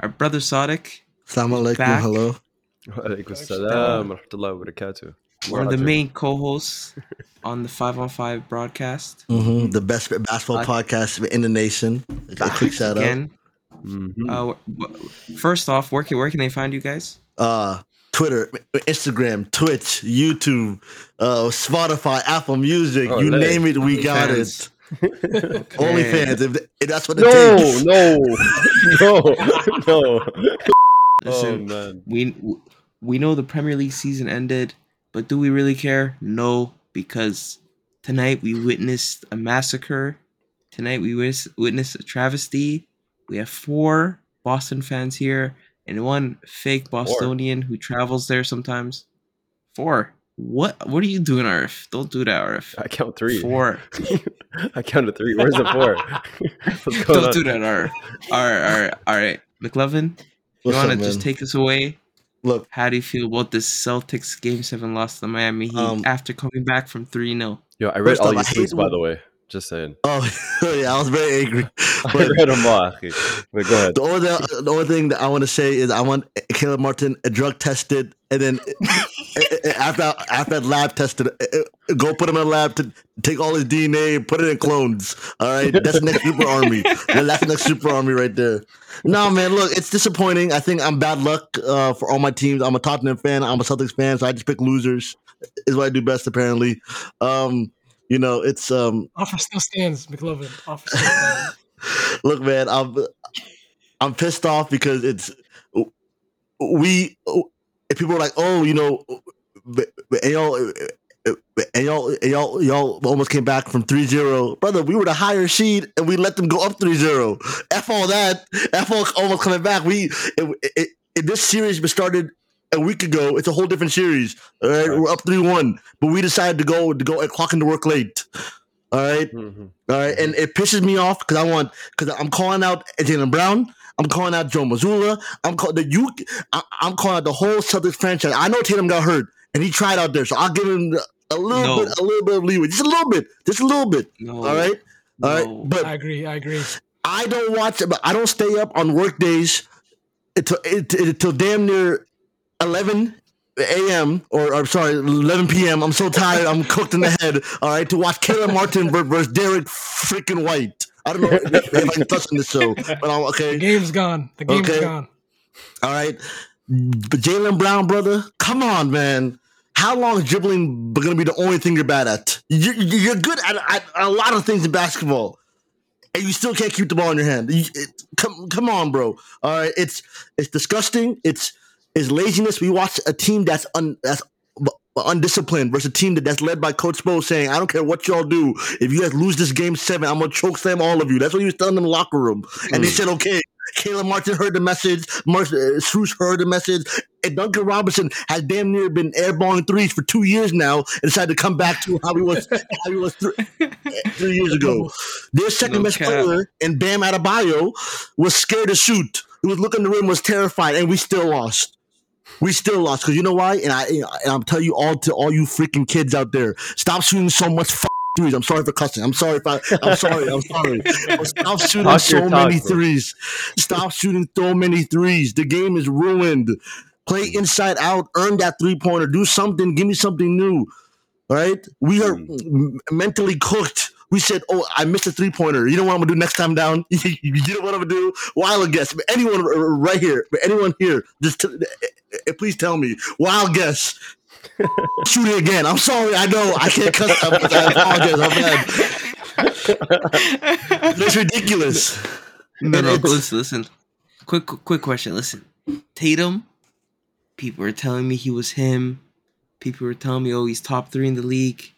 our brother Sadiq, Assalamu alaikum. Back. Hello. Alaikum salam wa rahmatullahi wa barakatuh. one of the main co-hosts on the Five on Five broadcast. Mm-hmm. hmm The best basketball Uh, podcast in the nation. A quick shout out. Again, Mhm. uh, w- first off, where can where can they find you guys? Uh, Twitter, Instagram, Twitch, YouTube, uh, Spotify, Apple Music. Oh, you nice. name it, we got OnlyFans. it. OnlyFans. If, if that's what it no, takes. no, no, no. Oh Listen, man. we we know the Premier League season ended, but do we really care? No, because tonight we witnessed a massacre. Tonight we wis- witnessed a travesty. We have four Boston fans here and one fake Bostonian who travels there sometimes. Four. What what are you doing, Arif? Don't do that, Arif. I count three. Four. I counted three. Where's the four? What's going Don't on? do that, Arif. All right, all right, all right. McLovin, you What's up, want to man? just take us away? Look, How do you feel about this Celtics game seven loss to Miami Heat Um, after coming back from 3 0? Yo, I read First all off, your I hate tweets by when- the way. Just saying. oh yeah, I was very angry. I But- read them all. akhi. But go ahead. The only, the only thing that I want to say is I want Caleb Martin drug tested, and then after after that lab tested, go put him in a lab to take all his DNA, put it in clones. All right, that's the next super army. That's the next super army right there. No man, look, it's disappointing. I think I'm bad luck uh, for all my teams. I'm a Tottenham fan. I'm a Celtics fan, so I just pick losers. Is what I do best, apparently. Um, you know, it's um, Offer still stands, McLovin. Offer still stands. Look, man, I'm I'm pissed off because it's we. If people are like, oh, you know, but, but, and y'all, and y'all, and y'all, y'all almost came back from 3-0. brother. We were the higher seed, and we let them go up 3-0. F all that. F all almost coming back. We it, it, it, this series was started a week ago. It's a whole different series. All right, we're up three one, but we decided to go to go and clock into work late. All right, Mhm. Mm-hmm. all right, and it pisses me off because I want because I'm calling out Jalen Brown. I'm calling out Joe Mazzulla. I'm calling the you. I, I'm calling out the whole Celtics franchise. I know Tatum got hurt and he tried out there, so I'll give him a little No. bit, a little bit of leeway, just a little bit, just a little bit. No. all right, all right. no. But I agree. I agree. I don't watch. But I don't stay up on work days until it- it- until damn near eleven a.m. or I'm sorry, eleven p.m. I'm so tired. I'm cooked in the head. All right, to watch Caleb Martin ver- versus Derek freaking White. I don't know if if I'm touching the show, but I'm The okay. game's gone. The game's Okay. gone. All right, but Jalen Brown, brother, come on, man. How long is dribbling going to be the only thing you're bad at? You're, you're good at, at a lot of things in basketball, and you still can't keep the ball in your hand. You- it- come, come on, bro. All right, it's it's disgusting. It's it's laziness. We watch a team that's un, that's b- undisciplined versus a team that, that's led by Coach Bo saying, "I don't care what y'all do. If you guys lose this game seven, I'm gonna choke slam all of you." That's what he was telling them in the locker room, and they said, "Okay." Caleb Martin heard the message. Mar- uh, Struce heard the message. And Duncan Robinson has damn near been airballing threes for two years now and decided to come back to how he was how he was three, three years ago. Their second No best cap. player and Bam Adebayo was scared to shoot. He was looking in the rim, was terrified, and we still lost. We still lost because you know why? And I and I'm telling you all to all you freaking kids out there, stop shooting so much f- threes. I'm sorry for cussing. I'm sorry if I, I'm sorry. I'm sorry. Stop shooting Talk so your talk, many bro. threes. Stop shooting so many threes. The game is ruined. Play inside out. Earn that three pointer. Do something. Give me something new. All right. We are m- mentally cooked. We said, "Oh, I missed a three pointer." You know what I'm gonna do next time down? you know what I'm gonna do? Wild guess. Anyone r- r- right here? Anyone here? Just t- eh, please tell me. Wild guess. Shoot it again. I'm sorry. I know I can't cuss. I apologize. I'm bad. That's ridiculous. no, and no, uh, it's- listen, listen. Quick, quick question. Listen, Tatum. People were telling me he was him. People were telling me, oh, he's top three in the league.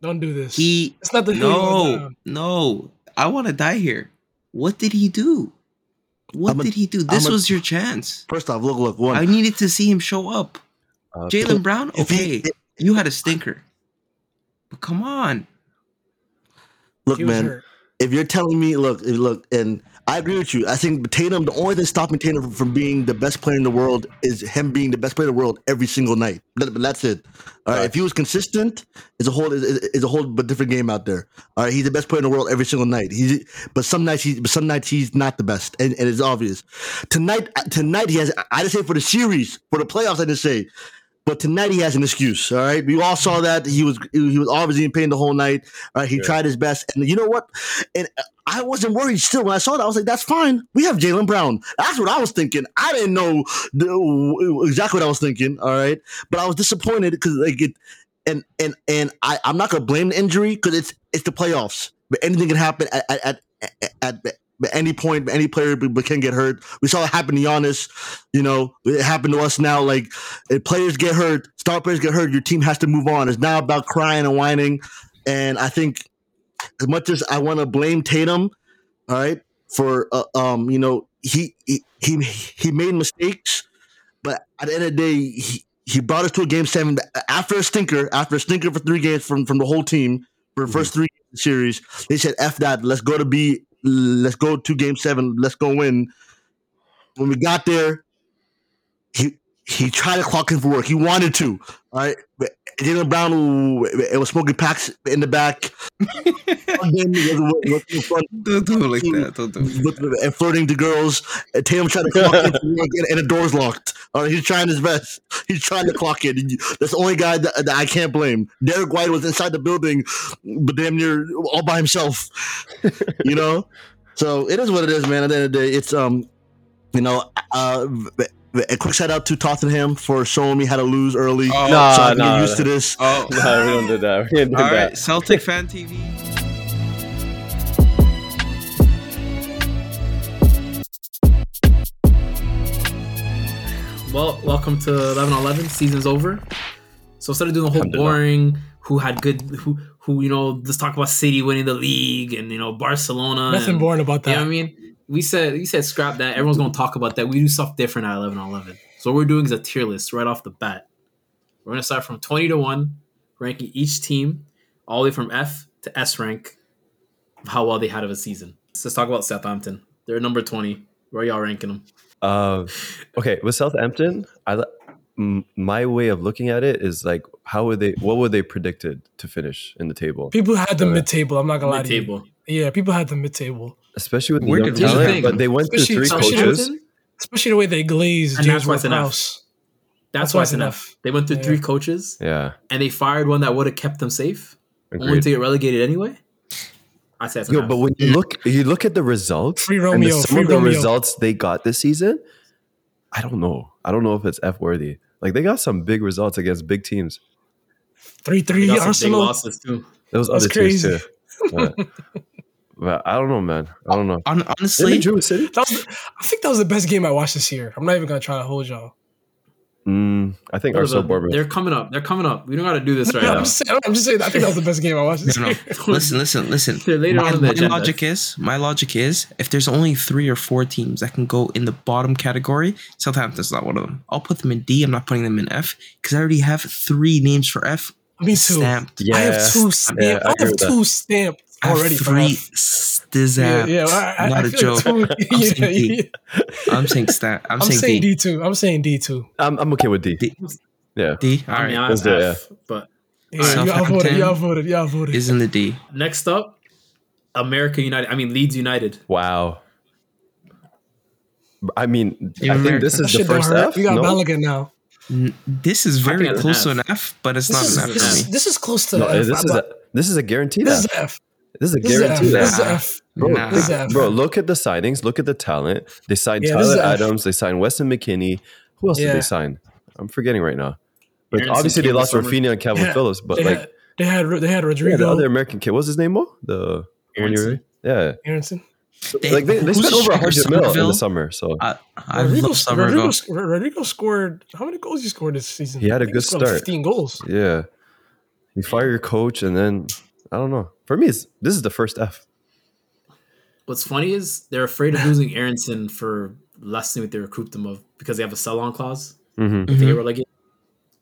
Don't do this. He it's not the hill you go no, down. no. I want to die here. What did he do? What I'm a- did he do? This a- was your chance. First off, look, look, I one. needed to see him show up. Uh, Jalen Brown, if he- okay, you had a stinker, but come on, Look, he was man. hurt. If you're telling me, look, look, and I agree with you. I think Tatum, the only thing stopping Tatum from being the best player in the world is him being the best player in the world every single night. That- But that's it. All right. If he was consistent, it's a whole is is a whole but different game out there. All right. He's the best player in the world every single night. He's but some nights he but some nights he's not the best, and, and it's obvious. Tonight, tonight he has. I just say for the series, for the playoffs, I just say. But tonight he has an excuse. All right, we all saw that he was he was obviously in pain the whole night. All right, he Yeah. tried his best, and you know what? And I wasn't worried. Still, when I saw that, I was like, "That's fine. We have Jalen Brown." That's what I was thinking. I didn't know the, exactly what I was thinking. All right, but I was disappointed because like it, and and and I I'm not gonna blame the injury because it's it's the playoffs. But anything can happen at at at, at, at any point. Any player b- b- can get hurt. We saw it happen to Giannis. You know, it happened to us now. Like if players get hurt, star players get hurt, your team has to move on. It's not about crying and whining. And I think as much as I want to blame Tatum, all right, for uh, um, you know, he, he he he made mistakes, but at the end of the day, he, he brought us to a game seven after a stinker, after a stinker for three games from from the whole team for the first three series. They said, "F that, let's go to B, let's go to game seven, let's go win." When we got there, he he tried to clock in for work. He wanted to. All right. But Jalen Brown ooh, it was smoking packs in the back. Again, it was- it was in front, Don't do it like that. Don't do it. like with- and flirting to girls. And Tatum tried to clock in for work and, and the door's locked. All right, he's trying his best. He's trying to clock in. That's the only guy that, that I can't blame. Derek White was inside the building, but damn near all by himself. You know? so it is what it is, man. At the end of the day, it's um you know, uh, a quick shout out to Tottenham for showing me how to lose early. Oh, Nah, so I can get Uh, nah, used to nah. this. that. Oh, No, we don't do that. We don't do all that. right. Celtic fan TV. Well, welcome to 11-11. Season's over. So instead of doing the whole Alhamdulillah. boring, who had good, who who you know, just talk about City winning the league and you know Barcelona. Nothing and, boring about You know what Um, I that. mean? We said we said scrap that. Everyone's gonna talk about that. We do stuff different at 11-11. So what we're doing is a tier list right off the bat. We're gonna start from twenty to one, ranking each team all the way from F to S rank of how well they had of a season. So let's talk about Southampton. They're number twenty. Where y'all ranking them? Um, okay, with Southampton, I li- m- my way of looking at it is like, how would they? What were they predicted to finish in the table? People had them mid table. I'm not gonna lie to you. uh, Mid-table. Yeah, people had them mid table, Especially with the Where young did we- talent, Here's the thing. but they went through Especially three Southampton. coaches. especially the way they glazed And James that's what's enough. Ward-Prowse. That's, That's why why it's it's an an F. They went through Yeah. three coaches Yeah, and they fired one that would have kept them safe, only agreed. to get relegated anyway. I say that's an Yo, F. but when you look, you look at the results Free and the, Romeo, some free of the Romeo. results they got this season. I don't know. I don't know if it's f worthy. Like they got some big results against big teams. Three They three got some big Arsenal. losses too. Those That's other crazy. teams too. But, but I don't know, man. I don't know. Hon- Didn't they honestly, drew with City? That was the, I think that was the best game I watched this year. I'm not even gonna try to hold y'all. Mm, I think Arsenal Bournemouth. They're coming up. They're coming up. We don't got to do this right I'm, now. just saying, I'm just saying. I think that was the best game I watched this no, no. year. Listen, listen, listen. They're later my, on in the my agenda. logic is my logic is if there's only three or four teams that can go in the bottom category, Southampton's not one of them. I'll put them in D. I'm not putting them in F because I already have three names for F Me too. stamped. yeah, I have two stamped. yeah, I I, agree have with that. two stamped I have already. for three F. Yeah, stamped. yeah, I, I, not I a feel joke. like two- I'm yeah, saying D. yeah. I'm saying stamp. I'm, I'm saying, saying D. D two. I'm saying D two. I'm, I'm okay with D. D. Yeah. D. All I mean, right, I'm let's do it, F, but Yeah, y'all voted. Southampton Y'all voted. Y'all voted. is in the D. next up, America United. I mean Leeds United. Wow. I mean, Yeah, I think America. this that is the shit don't first hurt. F. We got No? Balogun now. N- This is very that's an close to F. an F, but it's This not is, an F this, for is, me. this is close to No, F. this is a this is a guaranteed this is F. F. This is a This is F. guaranteed This is F. F. Bro, Nah. This is F. Bro, look at the signings. Look at the talent. They signed Yeah, this is Tyler F. Adams. They signed Weston McKinney. Who else did Yeah. they sign? I'm forgetting right now. But Aaronson obviously, they came lost this summer. Rafinha and Calvin Yeah, Phillips. But They like had they had they had yeah, the Rodrigo other American kid, what's his name? Mo? The one you Aaronson. were- yeah. Aronson. like they, they who's spent the over striker? 100 mil in Somerville? the summer. So I, I Rodrigo, love Rodrigo, Somerville. Rodrigo scored how many goals he scored this season? He had a I think good scored like start. Fifteen goals. yeah, you fire your coach and then I don't know. For me, it's, this is the first F. What's funny is they're afraid of losing Aronson for less than what they recruit them of because they have a sell on clause. Mm-hmm. They Mhm. get relegated.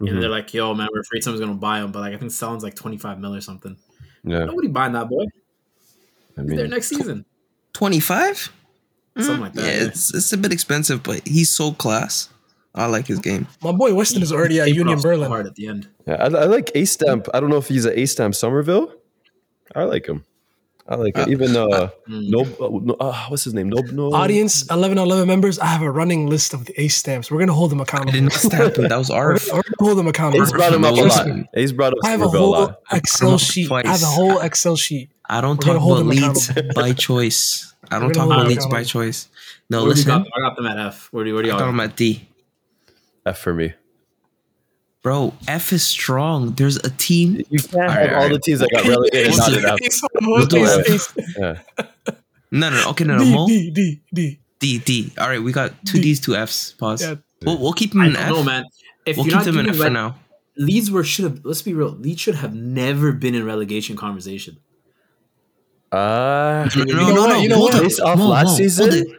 And they're like, yo, man, we're afraid someone's gonna buy him, but like I think selling's like twenty five mil or something. Yeah, Nobody buying that boy. I He's there mean, next season. 25? Something like that, Mm-hmm. Yeah, yeah. it's, it's a bit expensive, but he's so class. I like his game. My boy Weston is already at He put Union off so Berlin. Hard at the end. yeah, I, I like A Stamp. I don't know if he's a A Stamp Somerville. I like him. I like it. Even uh, Mm. no, uh, no uh, what's his name? No, no. Audience, 11 on 11 members, I have a running list of the ace stamps. We're going to hold them I accountable. did not stamp it. That was We're Arf. gonna hold them accountable. Ace brought him up a lot. Listen, Ace brought up I have a Somerville a whole lot. Excel sheet. I have a Twice. whole Excel sheet. I don't We're talk gonna hold about him leads by choice. I don't We're talk gonna about hold him leads by accountable. choice. No, Where do you listen. got- I got them at F. Where do, where do I y'all? got him at D. F for me. Bro, F is strong. There's a team. You can't All have right, all all right. the teams that got relegated. We'll not do- in F. Ace, We'll do ace, it. ace. Yeah. No, no, no. Okay, no, no. D, Mo, D, D, D. D, D. All right, we got two D. D's, two F's. Pause. Yeah. We'll, we'll keep him I in don't F. know, man. If We'll you're keep not him in giving F for like, now. Leeds were should have. Let's be real. Leeds should have never been in relegation conversation. Uh, No, You no, know no, what, no. you know hold what? it. Based off Mo, last Mo, season, Hold it.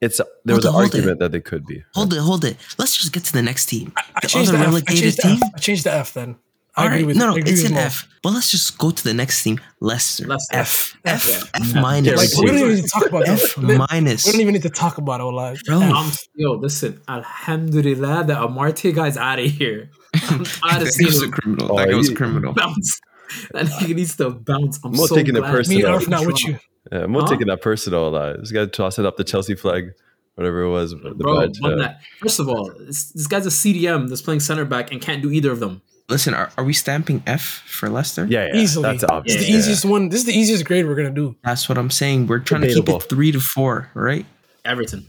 it's there Hold was it, an hold argument that they could be. Hold it. Hold it. Let's just get to the next team. I Oh, The changed other the F. I relegated changed the team. F. I changed the F then. I All right. agree with No, no, I agree it's with an Mo. F. But let's just go to the next team. Leicester. Leicester. F. F. F. F, Yeah. Like, minus. we don't even need to talk about F that. We minus. don't even need to talk about it. Like, Bro. I'm, yo, listen. Alhamdulillah, that Amarte guy's out of here. I'm out of That was a seeing him criminal. Oh, That guy was a you- criminal. bounce. That nigga needs to bounce. I'm Mo so taking it glad. me personal. and Sit Arf down. not with you. Yeah, I'm not Huh? taking that personal. Uh, this guy tossing up the Chelsea flag, whatever it was. The Bro, badge, one uh, that- first of all, this, this guy's a CDM that's playing center back and can't do either of them. Listen, are, are we stamping F for Leicester? yeah, yeah, Easily. that's It's obvious. the Yeah. easiest one. This is the easiest grade we're gonna do. That's what I'm saying. We're trying to Debatable. keep it three to four, right? Everton.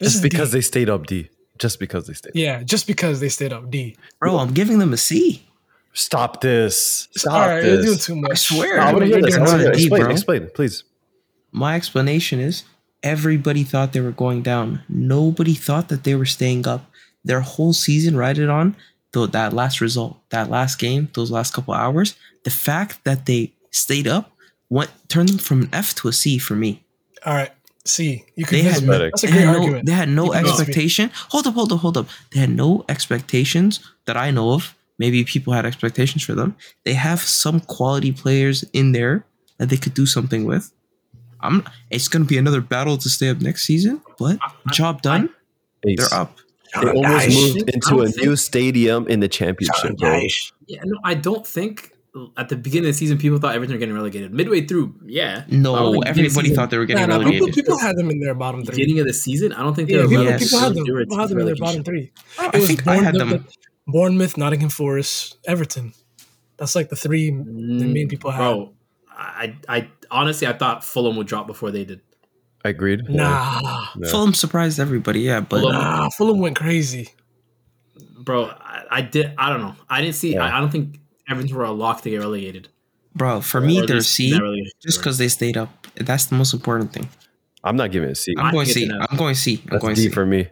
This Just is because D. they stayed up D. Just because they stayed. yeah, just because they stayed up D. Bro, I'm giving them a C. Stop this! Stop All right, you're doing this! too I much. swear. No, I want to You're hear this. I doing wanna too hear it. much. Explain, Bro. explain, please. My explanation is everybody thought they were going down. Nobody thought that they were staying up. Their whole season rided on though that last result, that last game, those last couple hours. The fact that they stayed up went turned them from an F to a C for me. All right, C. You They convinced had me. no- That's a They great had, no, argument. they had no You convinced me. expectation. Hold up, hold up, hold up. They had no expectations that I know of. Maybe people had expectations for them. They have some quality players in there that they could do something with. I'm, it's going to be another battle to stay up next season, but job done. Ace. They're up. They almost I moved think- into I a think- new stadium in the championship. Bro. Yeah, no, I don't think at the beginning of the season people thought Everton were getting relegated. Midway through, yeah. But I don't No, think beginning of the everybody season- thought they were Nah, getting nah, people, relegated. people had them in their bottom three. beginning of the season. I don't think Yeah, they were people, Yes. relegated. people had them. They were People had them in their relegation. bottom three. I think I Bourne- had them. Bournemouth, Nottingham Forest, Everton. That's like the three the main people had. Bro, I, I honestly I thought Fulham would drop before they did. I agreed. Yeah. Nah, Yeah. Fulham surprised everybody, yeah, but Fulham- nah, Fulham went crazy. Bro, I, I did. I don't know. I didn't see. I, I don't think Everton were a lock to get relegated. bro, for me, Or at they're a least C not relegated. just because they stayed up. That's the most important thing. I'm not giving it a C. I'm I going think it's C. an F. I'm going C. I'm That's going D C. for me.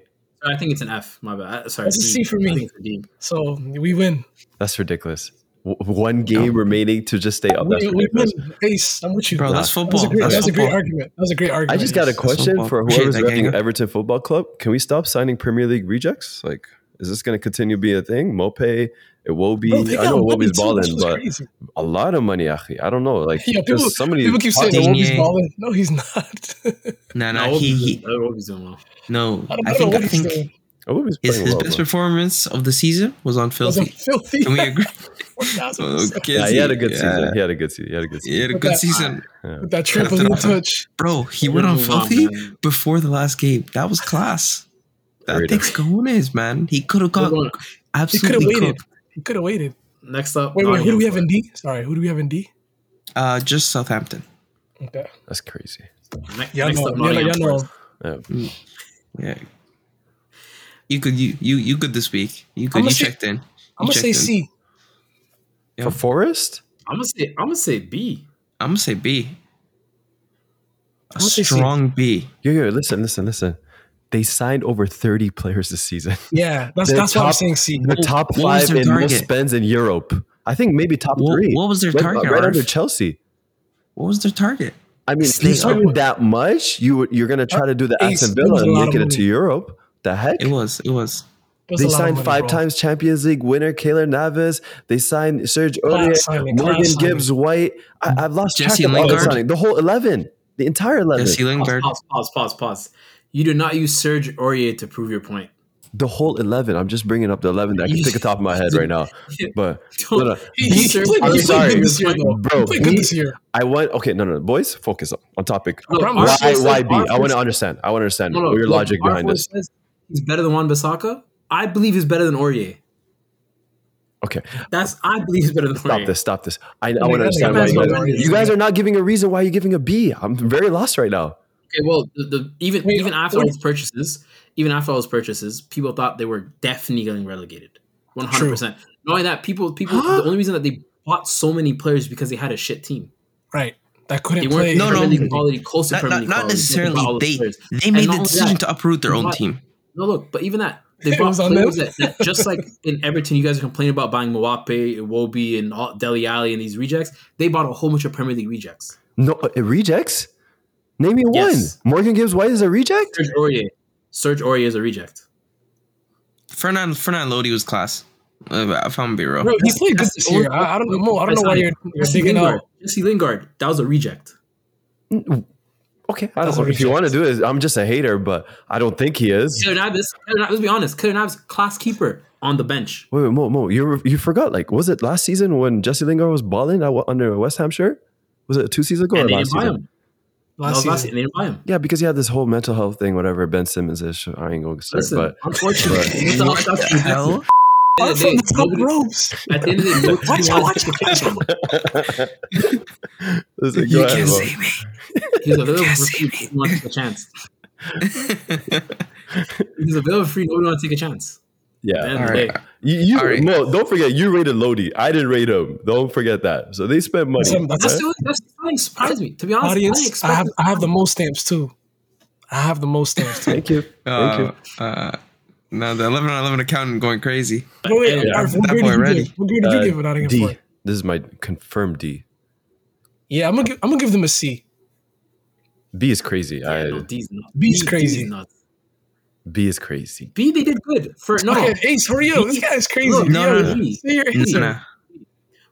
I think it's an F. My bad. I- Sorry, It's a D. C for me. I think it's a D. So we win. That's ridiculous. W- one game remaining to just stay up. That's We, we win. ridiculous. Ace, I'm with you. Bro, that that's was football. a great, that That's was a great football. argument. That was a great argument. I just got a That's question football. for Appreciate whoever's that, running Ganga. Everton Football Club. Can we stop signing Premier League rejects? Like, is this going to continue to be a thing? Mope, it will be. Bro, they I got know it will money be too. This balling, was but crazy. a lot of money, Achi. I don't know. Like, Yeah, people- there's somebody. People keep saying that Digne. Wobie's balling. No, he's not. Nah, nah, No, he, he, Iwobi's doing well. no. I don't I know think what I he's think doing. Iwobi's his, Oh, playing his well, best bro. performance of the season was on That was a filthy. filthy. Can we agree? 4,000%. Okay. Yeah, he had a good Yeah. season. He had a good season. He had a good He season. had a But good that- season, Yeah. With that trampoline touch. bro. He We're went on gonna move on, filthy man. before the last game. That was class. That Great. takes cojones, man. He could have got We're going- He could have absolutely waited. cooked. He could have waited. Next up, Wait, wait, who do Nottingham we have in Forest. D? Sorry, who do we have in D? Uh, just Southampton. Okay. That's crazy. Ne- Y'all next know. up, Y'all know. Nottingham Y'all know. Forest. Yeah. Yeah. You could you you you good this week. You good. I'ma You say- checked in. I'm going to checked say in. C. Yeah. For Forest, I'm gonna say I'm gonna say B. I'm gonna say B. A I'ma say C. strong B. yo, yo, listen, listen, listen. They signed over 30 players this season. Yeah, that's, The that's why I'm top- saying C. The What- top what was five their in most target? spends in Europe. I think maybe top What, three. what was their right, target? right Arf? under Chelsea. What was their target? I mean, if Stay you up. spend that much, you would- you're gonna try to do the Ace, Aston it Villa was a and lot make of it into money. Europe. The heck? It was. It was. was They a lot of signed money, five bro. times Champions League winner Kaylor Navas. They signed Serge Aurier, signing, class Morgan signing. Gibbs White. I, I've lost Jesse track of all the Lingard. signing. The whole eleven, the entire eleven, Jesse Pause, Lingard. pause, pause, pause, pause. You do not use Serge Aurier to prove your point. the whole eleven. I'm just bringing up the eleven that I can You- think of top of my head right now. But no, no, He, He- he played, he I'm played sorry. good this year, though. bro, he played good he- this year. I want okay. No, no, no, boys, focus on on topic. Look, promise. Why, our source why says- B? our I want to source- understand. I want to understand no, no, your look, logic our behind source this. says He's better than Juan Bissaka. I believe he's better than Aurier. Okay, That's I believe he's better than stop Aurier. this. Stop this. I, I Like, want to that understand guy why has you no guys. value. You guys are not giving a reason why you're giving a B. I'm very lost right now. Okay, well, the, the even Wait, even after all wait. those purchases, even after all those purchases, people thought they were definitely getting relegated. One hundred percent. Knowing that people people the only reason that they bought so many players is because they had a shit team. Right. That They couldn't weren't play. No, no. Premier League quality, close to Not, Premier not, League not quality. They bought all necessarily those they. players. They made not the only decision that, to uproot their own but- team. No, look, but even that they It bought was on players them. that, that just like in Everton, you guys are complaining about buying Mwappe and Wobi and all, Deli Alley and these rejects. They bought a whole bunch of Premier League rejects. No, it rejects. Name me Yes. one. Morgan Gibbs White is a reject. Serge Aurier, Serge Aurier is a reject. Fernand Fernand Lodi was class. Uh, if I'm gonna be real. Bro, he That's- played good that's this the only- year. I, I don't know. Mo, I don't know why you're, you're Jesse digging Lingard. out. Jesse Lingard, that was a reject. Okay, I don't That's know a if you reject. want to do it. I'm just a hater, but I don't think he is. Taylor Navis, Taylor Navis, let's be honest. Taylor Navis, class keeper on the bench. Wait, wait, Mo, Mo, you you forgot? Like, was it last season when Jesse Lingard was balling at, under West Ham shirt? Was it two seasons ago And or they last didn't buy season? him. That Last was last season. season, They didn't buy him. Yeah, because he had this whole mental health thing, whatever. Ben Simmons is. I ain't going to start, Listen, but unfortunately, but- it's not What like the that's- hell? I'm at the from end the of the top day, nobody- ropes. at the end of the day, no team Watch out, wants watch to out, pick watch him. out. Listen, go You ahead, can't Mo. say me. He's available for Yes, free. he- Nobody wants to take a chance. He's available for free. Nobody wants to take a chance. At the Yeah, end of the Alright. day. you, you All right. Mo, don't forget you rated Lodi. I didn't rate him. Don't forget that. So they spent money. Some- that's That's right? the only- that's the thing that surprised me. To be honest, I didn't Audience, expect I have it. I have the most stamps too. I have the most stamps too. Thank you. Thank you. uh, uh, now the 11 on 11 accountant going crazy. Wait, wait, Yeah, Arf, what that grade boy did you ready. give? What grade did you Uh, give Nottingham D. Forest? This is my confirmed D. Yeah, I'm gonna give, I'm gonna give them a C. B is crazy. Yeah, I, no, D's nuts. B's D- crazy. D's nuts. B is crazy. B, they did good. For no, Okay, Ace, hurry up. This guy is crazy. Look, No, Yo, no, no. Say your answer. Nah.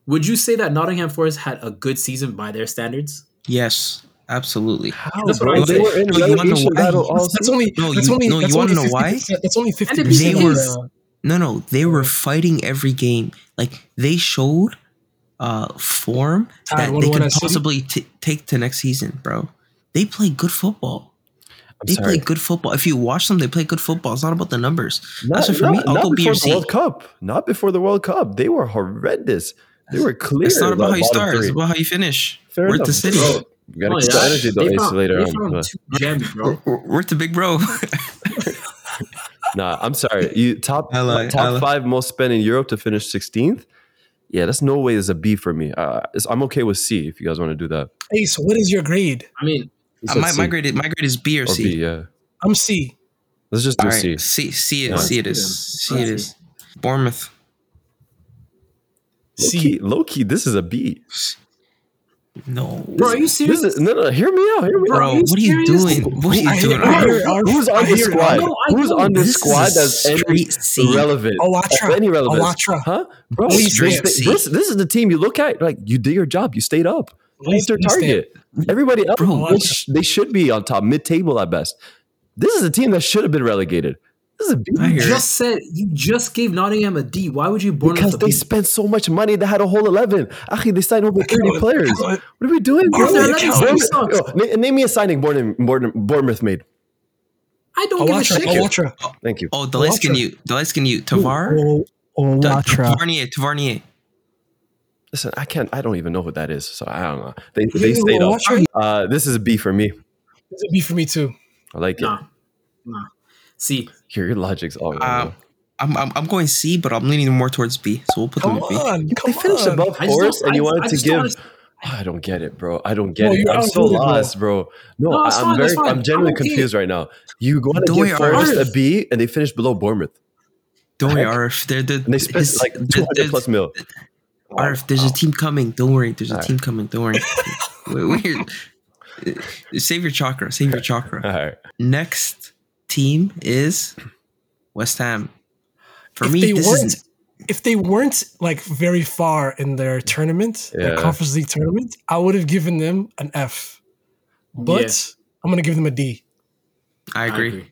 Would you say that Nottingham Forest had a good season by their standards? Yes, absolutely. How, That's what bro? They I said. were in No, you wanna relegation know why? battle all That's only No, that's you- only no, you that's wanna only know why? 50%, That's only fifty They percent. uh, were- No, no, they were fighting every game. Like they showed uh form Tied that they 1-1 could at City? possibly t- take to next season, bro. They play good football. I'm They sorry. play good football. If you watch them, they play good football. It's not about the numbers. Not, That's what for me. not- I'll not go B before or the C. World Cup. Not before the World Cup. They were horrendous. They were clear. It's not about how you bottom start. It's three. about how you finish. Fair We're enough. at the city. Bro, We gotta Oh, keep yeah. the energy though. They Ace, found- later they on. found but- two gems, We're, bro. Oh. we're- we're at the big bro. Nah, I'm sorry. You top I like- top I like- five most spent in Europe to finish 16th. Yeah, that's no way is a B for me. Uh, it's- I'm okay with C if you guys want to do that. Ace, what is your grade? I mean, You Uh, said my, C my grade is my grade is B or, or C. B, yeah. I'm C. Let's just do All right, C. C. C, it, Yeah. C it is, Yeah. C it is. Bournemouth. Low C. key, low key, this is a B. No, bro, are you serious? This is no, no. Hear me out. Hear me out. Bro, bro, are you what are you serious? doing? What are I you hear- doing? I Arf? hear it, Arf. Who's on I the hear it, squad? Arf. No, I Who's know. on the This is squad a that's any straight C. relevant? Awatra. Of any relevance? Awatra. Huh, bro? Please this, stamp C. this, this is the team you look at. Like you did your job. You stayed up. Please That's their stamp. target. Everybody else, Bro, they, sh- they should be on top, mid table at best. This is a team that should have been relegated. This is a B I hear it. just said you just gave Nottingham a D. Why would you Bournemouth because a they B? spent so much money. They had a whole eleven. Actually, they signed over thirty players. Count it. What are we doing? Bro, bro? their 11 Bournemouth- sucks. yo, na- name me a signing Bournemouth, Bournemouth, Bournemouth made. I don't give a Awatra. shit. Awatra. Thank you. Oh, the light skin you, the light skin you, Tavar, Oh, Da- Awatra. Tavarnier, Tavarnier. Listen, I can't. I don't even know what that is, so I don't know. They, You they know stayed up. Awatra? Uh, this is a B for me. It's a B for me too. I like it. Nah, nah. See, Your, your logic's all. Uh, I'm, I'm I'm going C, but I'm leaning more towards B, so we'll put Come them at B. on, they come finished on. above I just fourth, don't- and you I- wanted I to just don't give. Oh, understand. I don't get it, bro. I don't get No, it. you're I'm so outvoted, bro. lost, bro. No, No, it's I, fine, am very. it's fine. I'm genuinely I'm okay. confused right now. You want to Don't give worry, ours- Forest a B, and they finished below Bournemouth, Don't worry, Heck. Arif. They're, they're, and they spent his- like there- 200 there's- plus mil. Arif, there's a team coming. Don't worry, there's a Alright. team coming. Don't worry. Wait, wait. Uh, Save your chakra. Save your chakra. All right. Next team is West Ham. For If me, they this weren't- is If they weren't like very far in their tournament, their Yeah. conference league tournament, I would have given them an F. But I'm gonna give them a D. I agree.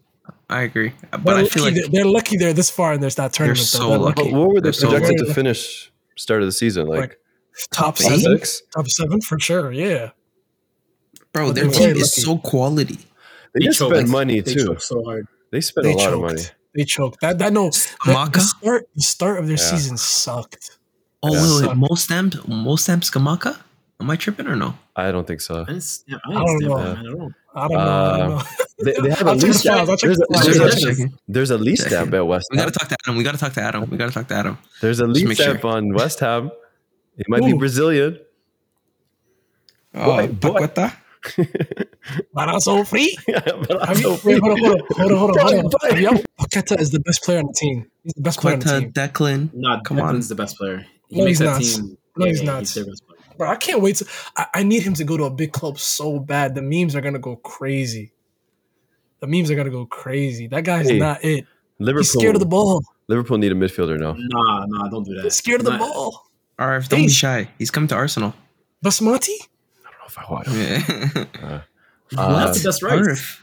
I agree. But They're I lucky, feel like they're, they're lucky they're this far in their that tournament. though. so They're lucky. But what were they They're so projected good. to finish start of the season? Like Like, Top Eight? seven, six? top seven for sure. Yeah, bro, their They're team very is lucky. so quality. They just choked. spend money They too. choked so hard. They spend They a lot of choked. money. they choked. That that no, that, the Kamaka? start the start of their Yeah. season sucked. Oh, Yeah. wait, wait, most stamps, most stamps, Kamaka. Am I tripping or no? I don't think so. I didn't stamp- I I don't didn't stamp know. that, man, at all. I don't know. I don't Uh, know. They, they have a I'll check the lease files, I'll check There's a, the files. there's Check a- it, check it. there's a lease Check it. stamp at West We Ham. gotta talk to Adam. We gotta talk to Adam. We gotta talk to Adam. There's a lease make sure. stamp on West Ham. It might be Ooh. Brazilian. Oh, Boy, boy. Uh, Paqueta? Barrasso free. But Have I'm you, so wait, free. hold on, hold on, hold on, hold on. Hold Bye, on. bye. Yep, Paqueta is the best player on the team. He's the best player on the Paqueta, team. Declan. No, Come on. Declan's the best player. He No, makes he's that not. team. No, he's not. He's their best player. Bro, I can't wait to. I, I need him to go to a big club so bad. The memes are gonna go crazy. The memes are gonna go crazy. That guy's Hey, not it. Liverpool. He's scared of the ball. Liverpool need a midfielder now. Nah, nah, don't do that. He's scared of the Not- ball. RF, don't be Peace. shy. He's come to Arsenal. Basmati, I don't know if I want him. Yeah. Uh, That's the best right. RF.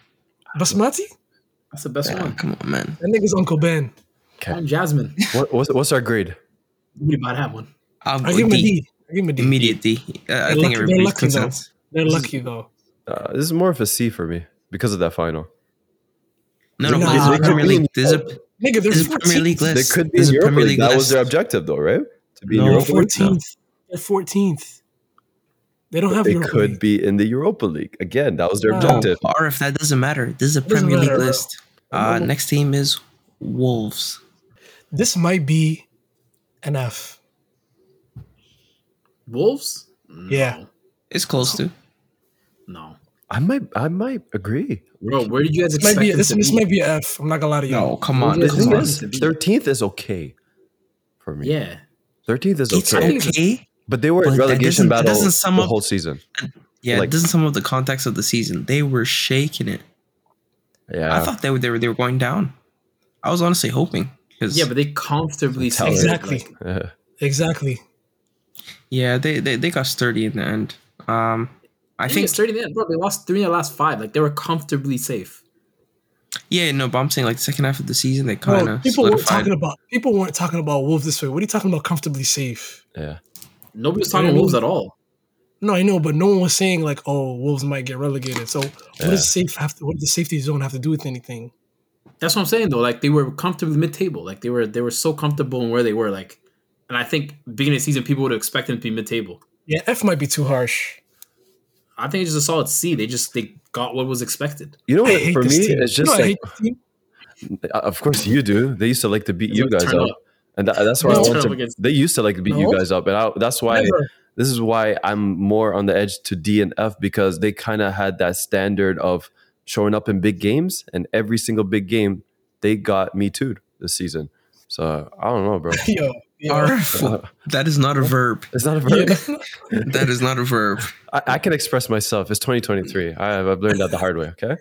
Basmati. That's the best Yeah, one. come on, man. That nigga's Uncle Ben. On Jasmine. What, what's, what's our grade? We about have one. I'll I go give him a D. D. I give him a D. Immediate D. Uh, I They're think lucky- they're everybody's lucky, though. consensus. They're lucky though. Uh, this is more of a C for me because of that final. No, no, Nah. but this is a They could Premier be League. in This is a, Nigga, this they're is a Premier fourteenth. League list. They could be this is in a Europa Premier League. League That was list. their objective, though, right? To be No. in They're Europa League. No. fourteenth. They're fourteenth. They don't have. They Europa could League. be in the Europa League again. That was their No. No, objective. RF, Oh, that doesn't matter. This is a doesn't Premier League matter, bro. list. Uh, next team is Wolves. This might be an F. Wolves? No. Yeah. It's close to. No. I might, I might agree. Bro, where did you guys This might expect be him this, to this be? might be an F. I'm not gonna lie to you. No, come on. Yeah, The This is thing come on. us. is, thirteenth is okay for me. Yeah. thirteenth is It's okay. okay. But they were But in that doesn't- relegation that battle doesn't sum the up- whole season. Yeah, Like- it doesn't sum up the context of the season. They were shaking it. I Yeah, thought they were they were they were going down. I was honestly hoping because Yeah, but they comfortably Tell her. Exactly. Like, Yeah. Exactly. yeah, they, they they got sturdy in the end. Um, I I think think straight in the end, bro. They lost three in the last five. Like they were comfortably safe. yeah, no, but I'm saying like the second half of the season they Bro, kind of people weren't solidified. talking about people weren't talking about Wolves this way. What are you talking about? Comfortably safe. yeah. Nobody was What do talking you Wolves mean? at all. No, I know, but no one was saying like, "Oh, Wolves might get relegated." So, what Yeah. does safe have to? What does the safety zone have to do with anything? That's what I'm saying though. Like they were comfortably mid table. Like they were they were so comfortable in where they were. Like and I think beginning of the season people would expect them to be mid table. Yeah, F might be too harsh. I think it's just a solid C. They just they got what was expected. You know, I what, hate for me, this team. it's You just know, I like, hate this team. uh, of course you do. They used to like to beat It's you like guys turn up, up. and that, that's why I No. want Turn up to. against- They used to like to beat you No. guys up, and I, that's why Never. this is why I'm more on the edge to D and F because they kind of had that standard of showing up in big games, and every single big game they got me too this season. So I don't know, bro. Yo, yo. Arf, that is not a verb. It's not a Yeah, verb. that's not- That is not a verb. I, I can express myself. It's 2023. I, I've learned that the hard way. Okay,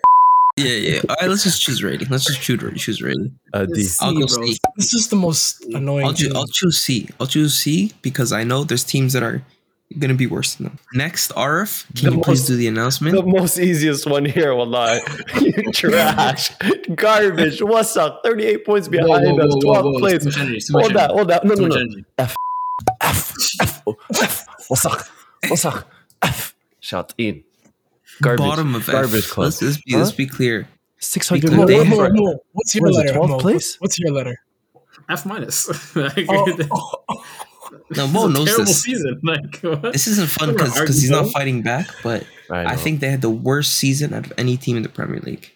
Yeah, yeah. All right, let's just choose rating. Let's just choose choose rating. uh, D. It's I'll go C, bro. C. this is the most annoying. I'll, choo- team. I'll choose C. I'll choose C because I know there's teams that are going to be worse than them. Next, RF, can The you please most- do the The announcement? most easiest one here, wallahi. You trash. Garbage. What's up? 38 points Whoa, behind whoa, whoa, us. whoa, 12 whoa, it's plays. too much energy, it's too much Hold that. energy. Hold that. No, Too no, much no. energy. F, F, oh, F. What's up? What's up? F. Shout in. Garbage. Bottom of Garbage F. club. Let's, let's, be, Huh? let's be clear. Mo, 600 Because Mo, they- million. Mo, Mo, what's your What is it, letter? 12th Mo? place? What's your letter? F minus. Oh, Like, oh, oh. No, This Mo is a knows terrible this. season. Like what? This isn't fun We're gonna argue, because he's not bro. fighting back, but I, know. think they had the worst season out of any team in the Premier League.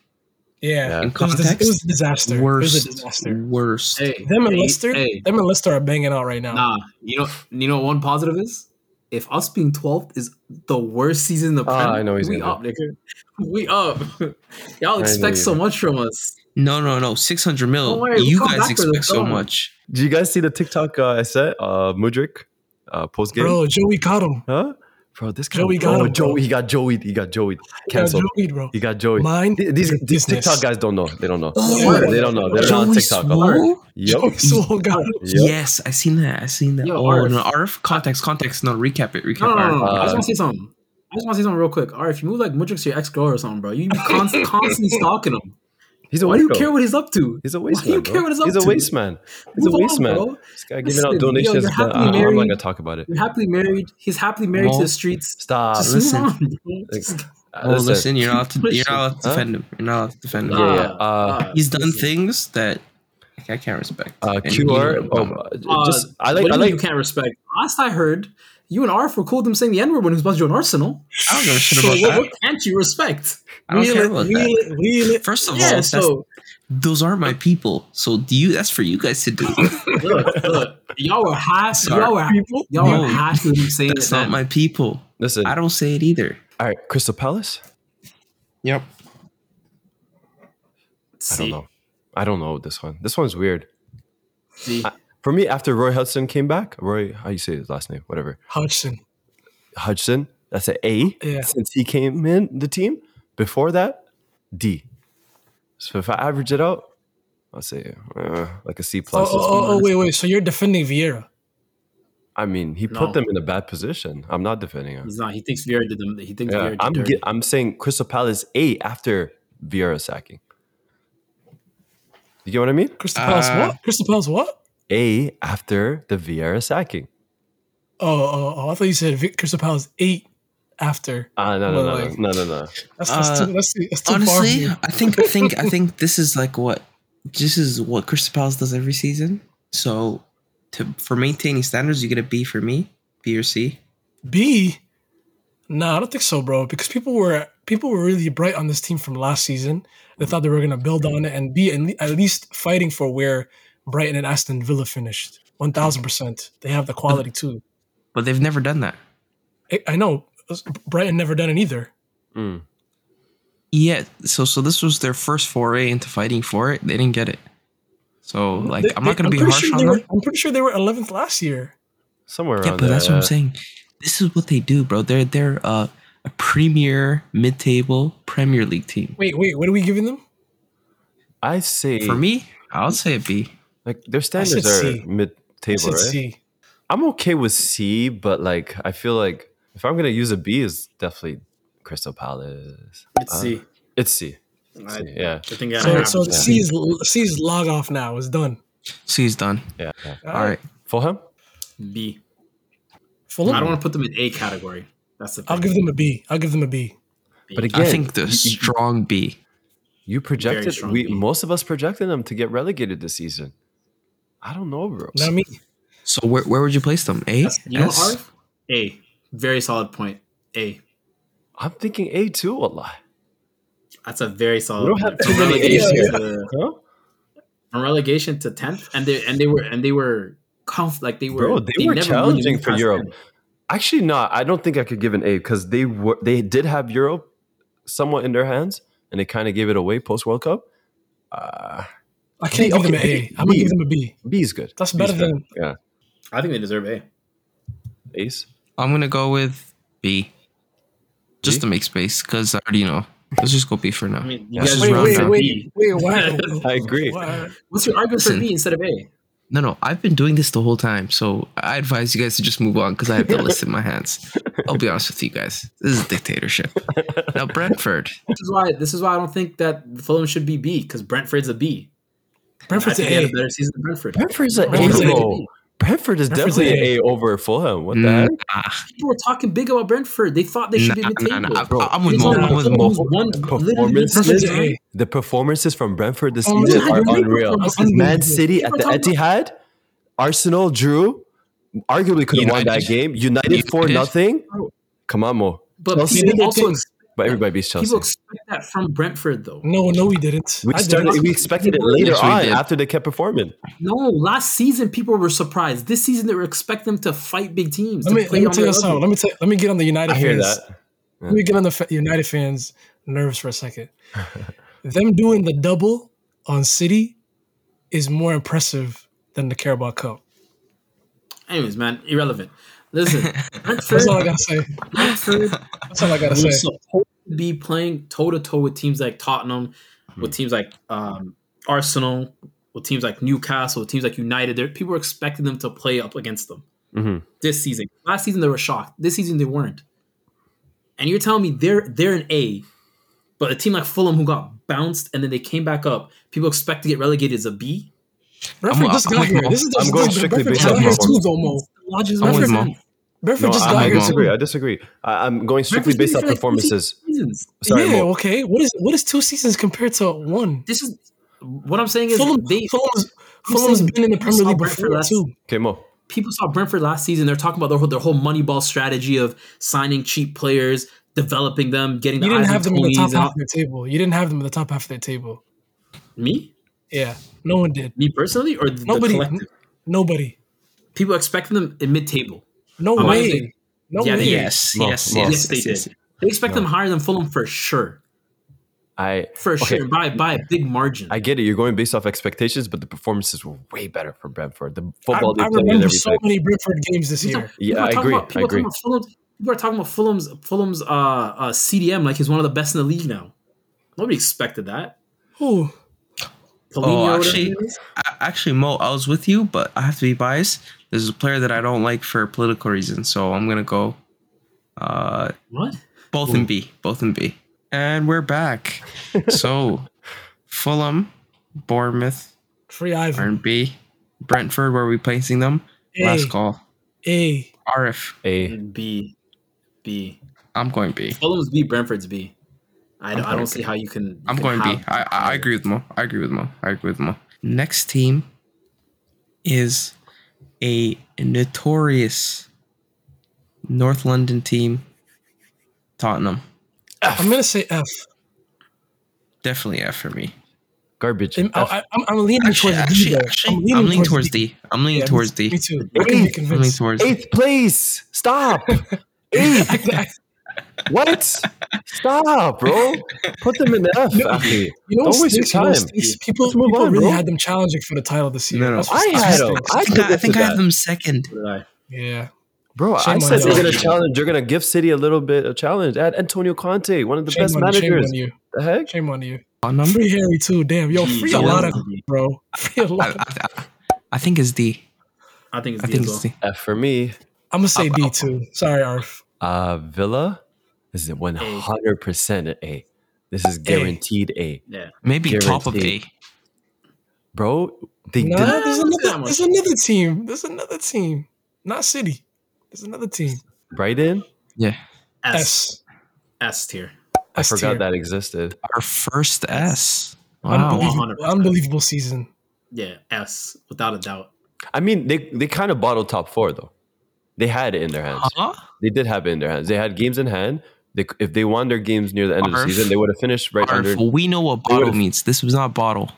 yeah. Yeah. In It was, dis- context, it was a disaster. It was worst. a disaster. Worst. hey, Them and hey, Leicester, Hey, them and Leicester are banging out right now. nah. You know, you know. what One positive is if us being 12th is the worst season in the Ah, Premier. I know he's we gonna up, nigga. We up. Y'all I expect know so you. much from us. No, no, no. 600 mil. Don't worry, you we'll come guys back to this, expect so don't worry. much. Did you guys see the TikTok uh, I sent? Uh, Mudrik uh, post game? Bro, Joey caught him. Huh? Bro, this guy. Joey got oh, him, bro. Joey. He got Joey. He got Joey. Canceled. Yeah, Joey, bro. He got Joey. Mine. Th- These, is a these business. TikTok guys don't know. They don't know. Smart. Oh, They don't know. They're not on Joey TikTok. Swole? Yep. Joey Swole got him. Yep. Yes, I seen that. I seen that. Yo, oh, Arf. no, Arf. Context, context. No, recap it. Recap No, no, no, no. Arf. I Uh, just want to say something. I just want to say something real quick. All right, if you move like Mudrick to your ex girl or something, bro, you be const- constantly stalking him. He's a Why do you weirdo. care what he's up to? He's a Why do you wasteman. care what bro. it's up He's a to? wasteman. He's a Move on, wasteman. bro. This guy giving Listen, out yo, donations. uh, you're happily I, am not married. gonna talk about it. You're happily married. He's happily married No. to the streets. Stop. Just listen. move on, bro. Just- Uh, Oh, listen, you're not allowed to, Listen. you're not allowed to Huh? defend him. You're not allowed to defend him. Yeah, yeah. Uh, ah, He's done listen. things that like, I can't respect. Uh, And QR. you- Oh, just Uh, I like. what I do you mean like. You can't respect. Last I heard, you and Arf were cool with him saying the N word when he was about to join Arsenal. I don't give a shit So about what, that. what can't you respect? I don't Wheel care it, about wheel that. it, wheel it. First of all, Yeah. that's, So those aren't my people. So do you? That's for you guys to do. look, look, y'all were half. Sorry. Y'all were y'all No. were half of him saying that's it not then. my people. Listen. I don't say it either. all right, Crystal Palace. Yep. I don't See, know. I don't know this one. This one's weird. see. For me, after Roy Hudson came back, Roy, how you say his last name? Whatever. Hodgson. Hudson. That's an A. Yeah. Since he came in the team. Before that, D. So if I average it out, I'll say uh, like a C Oh, plus. oh, oh, oh, wait, wait. So you're defending Vieira? I mean, he No. put them in a bad position. I'm not defending him. He's not. He thinks Vieira did them. He thinks Vieira Yeah, did I'm dirty. get, I'm saying Crystal Palace A after Vieira sacking. You get what I mean? Crystal Palace Uh, what? Crystal Palace what? A after the Vieira sacking. Oh, oh, oh, I thought you said Vi- Crystal Palace eight after. Ah, no, no, But, no, like- no, no, no, no. That's, that's Uh, too. That's too, that's too Honestly, far. I think I think I think this is like what this is what Crystal Palace does every season. So to for maintaining standards, you get a B for me, B or C. B. No, I don't think so, bro. Because people were people were really bright on this team from last season. They thought they were going to build on it and be at le- at least fighting for where Brighton and Aston Villa finished. One thousand percent. They have the quality too. But they've never done that I, I know Brighton never done it either. Mm. yet. So so this was their first foray into fighting for it. They didn't get it. So like They- I'm not they- gonna be pretty harsh sure on they them. were- I'm pretty sure they were 11th last year. Somewhere Yeah, around but there. that's what I'm yeah. saying. This is what they do, bro. They're they're uh, a premier mid-table Premier League team. Wait, wait, what are we giving them? I say For me, I'll say a B. like their standards C. are mid I table, said right? C. I'm okay with C, but like I feel like if I'm gonna use a B, is definitely Crystal Palace. Let's Uh, see. It's C. I, C, Yeah, I think that So, happened. so Yeah. C is C is log off now. It's done. C's done. yeah. yeah. All right. Fulham. B. Fulham. I don't want to put them in A category. That's the thing. I'll give them a B. I'll give them a B. But again, I think the you- you- strong B. You projected strong we team. most of us projected them to get relegated this season. I don't know, bro. Not me. So where, where would you place them? A? That's- you know what, S? Arv? A. Very solid point. A. I'm thinking A two a lot. That's a very solid. don't point. have too From many relegation A's here. to- Huh? from relegation to tenth, and they and they were and they were comf like they were Bro, they were never challenging moved for past Europe. 10. Actually, not. I don't think I could give an A because they were they did have Europe somewhat in their hands, and they kind of gave it away post World Cup. Uh, I can't give them an okay, A. B, I'm gonna B. give them a B. B is good. That's B is better fair. than- yeah. I think they deserve A. Ace. I'm gonna go with B. Just B? to make space, because I already know. Let's just go B for now. I mean, you This guys is were round on down. for B. wait, why? I agree. why- What's your argument for Listen. B instead of A? No, no, I've been doing this the whole time, so I advise you guys to just move on because I have the list in my hands. I'll be honest with you guys. This is dictatorship. Now, Brentford. This is why this is why I don't think that Fulham should be B because Brentford's a B. Brentford's I think they an had a better season than Brentford. Brentford's an A. Brentford's an A. bro. Brentford is Brentford's definitely an an A over Fulham. What the Nah, heck? People were talking big about Brentford. They thought they should nah, be nah, in the nah. table. I- I'm with It's Mo. all Nah. I'm with Fulham Mo. was one literally Performance this Brentford's season. an A. The performances from Brentford this Oh, season yeah, are great unreal. performances. Man City at People the are talking Etihad, Arsenal drew, arguably could have won United. that game. United four United. nothing. Oh. Come on, Mo. But Chelsea did people their also thing. ex- But everybody beats people Chelsea. expect that from Brentford though. No, no, we didn't. We I did. started. We expected it Yes, later we on did. after they kept performing. No, last season people were surprised. This season they were expecting them to fight big teams. Let to me, play let me on tell their you something. level. Let me tell, let me get on the United I hear fans. that. Let me get on the fa- United fans' nerves for a second. Them doing the double on City is more impressive than the Carabao Cup. Anyways, man, irrelevant. Listen, That's all I Brentford, gotta say. Brentford That's all I gotta was say. supposed to be playing toe to toe with teams like Tottenham, with teams like um, Arsenal, with teams like Newcastle, with teams like United. There, people were expecting them to play up against them hmm this season. Last season they were shocked. This season they weren't. And you're telling me they're they're an A, but a team like Fulham who got bounced and then they came back up, people expect to get relegated as a B. Brentford I'm- just I'm got with here. Mo. This is I'm this, going this, strictly Brentford based got on here Mo. too, though, Mo. Logic- I'm with Brentford's- Mo. Brentford No, just I, got I here disagree. too. I disagree. I, I'm going strictly Brentford's been based on here for like performances. 15 seasons. Sorry, yeah, Mo. okay. What is what is two seasons compared to one? This is what I'm saying is Fulham, they Fulham's, I'm Fulham's saying been in the we Premier saw League Brentford before last- too. Okay, Mo. people saw Brentford last season. They're talking about their whole their whole Moneyball strategy of signing cheap players, developing them, getting You the didn't eyes have of them in the Tonys top uh, and half all. of their table. You didn't have them in the top half of their table. Me, Yeah, no one did. me personally, or the, the Nobody. collective. Nobody. People expecting them in mid table. No Am I way. saying- No Yeah, way. they- Yes, Mo, yes, Mo. yes, Yes, they yes, yes. did. They expect them No. higher than Fulham for sure, I for Okay. sure, by by a big margin. I get it. You're going based off expectations, but the performances were way better for Brentford. The I, football I they played and remember so everything. many Brentford games this year. yeah, I talking agree. About, I people agree. Are talking about Fulham's, people are talking about Fulham's Fulham's uh, uh, CDM like he's one of the best in the league now. Nobody expected that. Who? Paulinho, whatever Oh, actually- his name is. I, actually, Mo, I was with you, but I have to be biased. There's a player that I don't like for political reasons, so I'm gonna go. Uh, what? both in B, both in B, and we're back. so, Fulham, Bournemouth Free are Ivan. in B. Brentford, where are we placing them? A. Last call. A. RF, A B, B. I'm going B. Fulham's B, Brentford's B. I don't, I going don't see how you can. you I'm can going B. have- I, I I agree with Mo. I agree with Mo. I agree with Mo. Next team is a notorious North London team, Tottenham. I'm gonna say F. Definitely F for me. garbage. I'm, F. uh, I, I'm, I'm leaning Actually, towards D. actually, though. actually, I'm leaning, towards D. D. I'm leaning Yeah, me- towards D. Me too. I can Eighth. be I'm leaning convinced. towards D. Eighth place. Stop. Eighth. What? Stop, bro. Put them in F. No. Aki. You know what Don't waste your stinks? You know time. what stinks? People, Let's move people on, really bro. had them challenging for the title this year. No, no. That's what I stinks. had them. I I think I, I, think I have that. them second. What did I- Yeah. Bro, I Shame on said you. you're gonna challenge. You're gonna give City a little bit of challenge. Add Antonio Conte, one of the Shame best on you. Shame managers. on you. The heck? Shame on you. Tottenham? Free Harry too. Damn. Yo, G, free G, a lot of that's D. bro. Free a I, lot. I, I- I think it's D. I think it's I D think as well. it's D. F for me. I'm gonna say I'll- D I'll- too. Sorry, Arf. Uh, Villa is it 100% an A. This is guaranteed A. Yeah. Maybe top of A. Guaranteed. Bro, they Nah, did there's I don't see that another. much. There's another team. There's another team. Not City. There's another team. Brighton. Yeah. S. S. S tier. I S forgot tier. that existed. Our first S. Wow. Unbelievable, 100%. unbelievable season. Yeah. S without a doubt. I mean, they they kind of bottled top four though. They had it in their hands. Huh? They did have it in their hands. They had games in hand. They, c- if they won their games near the end of Arf. the season, they would have finished right Barf, under. we know what They would've- bottle means. This was not bottle.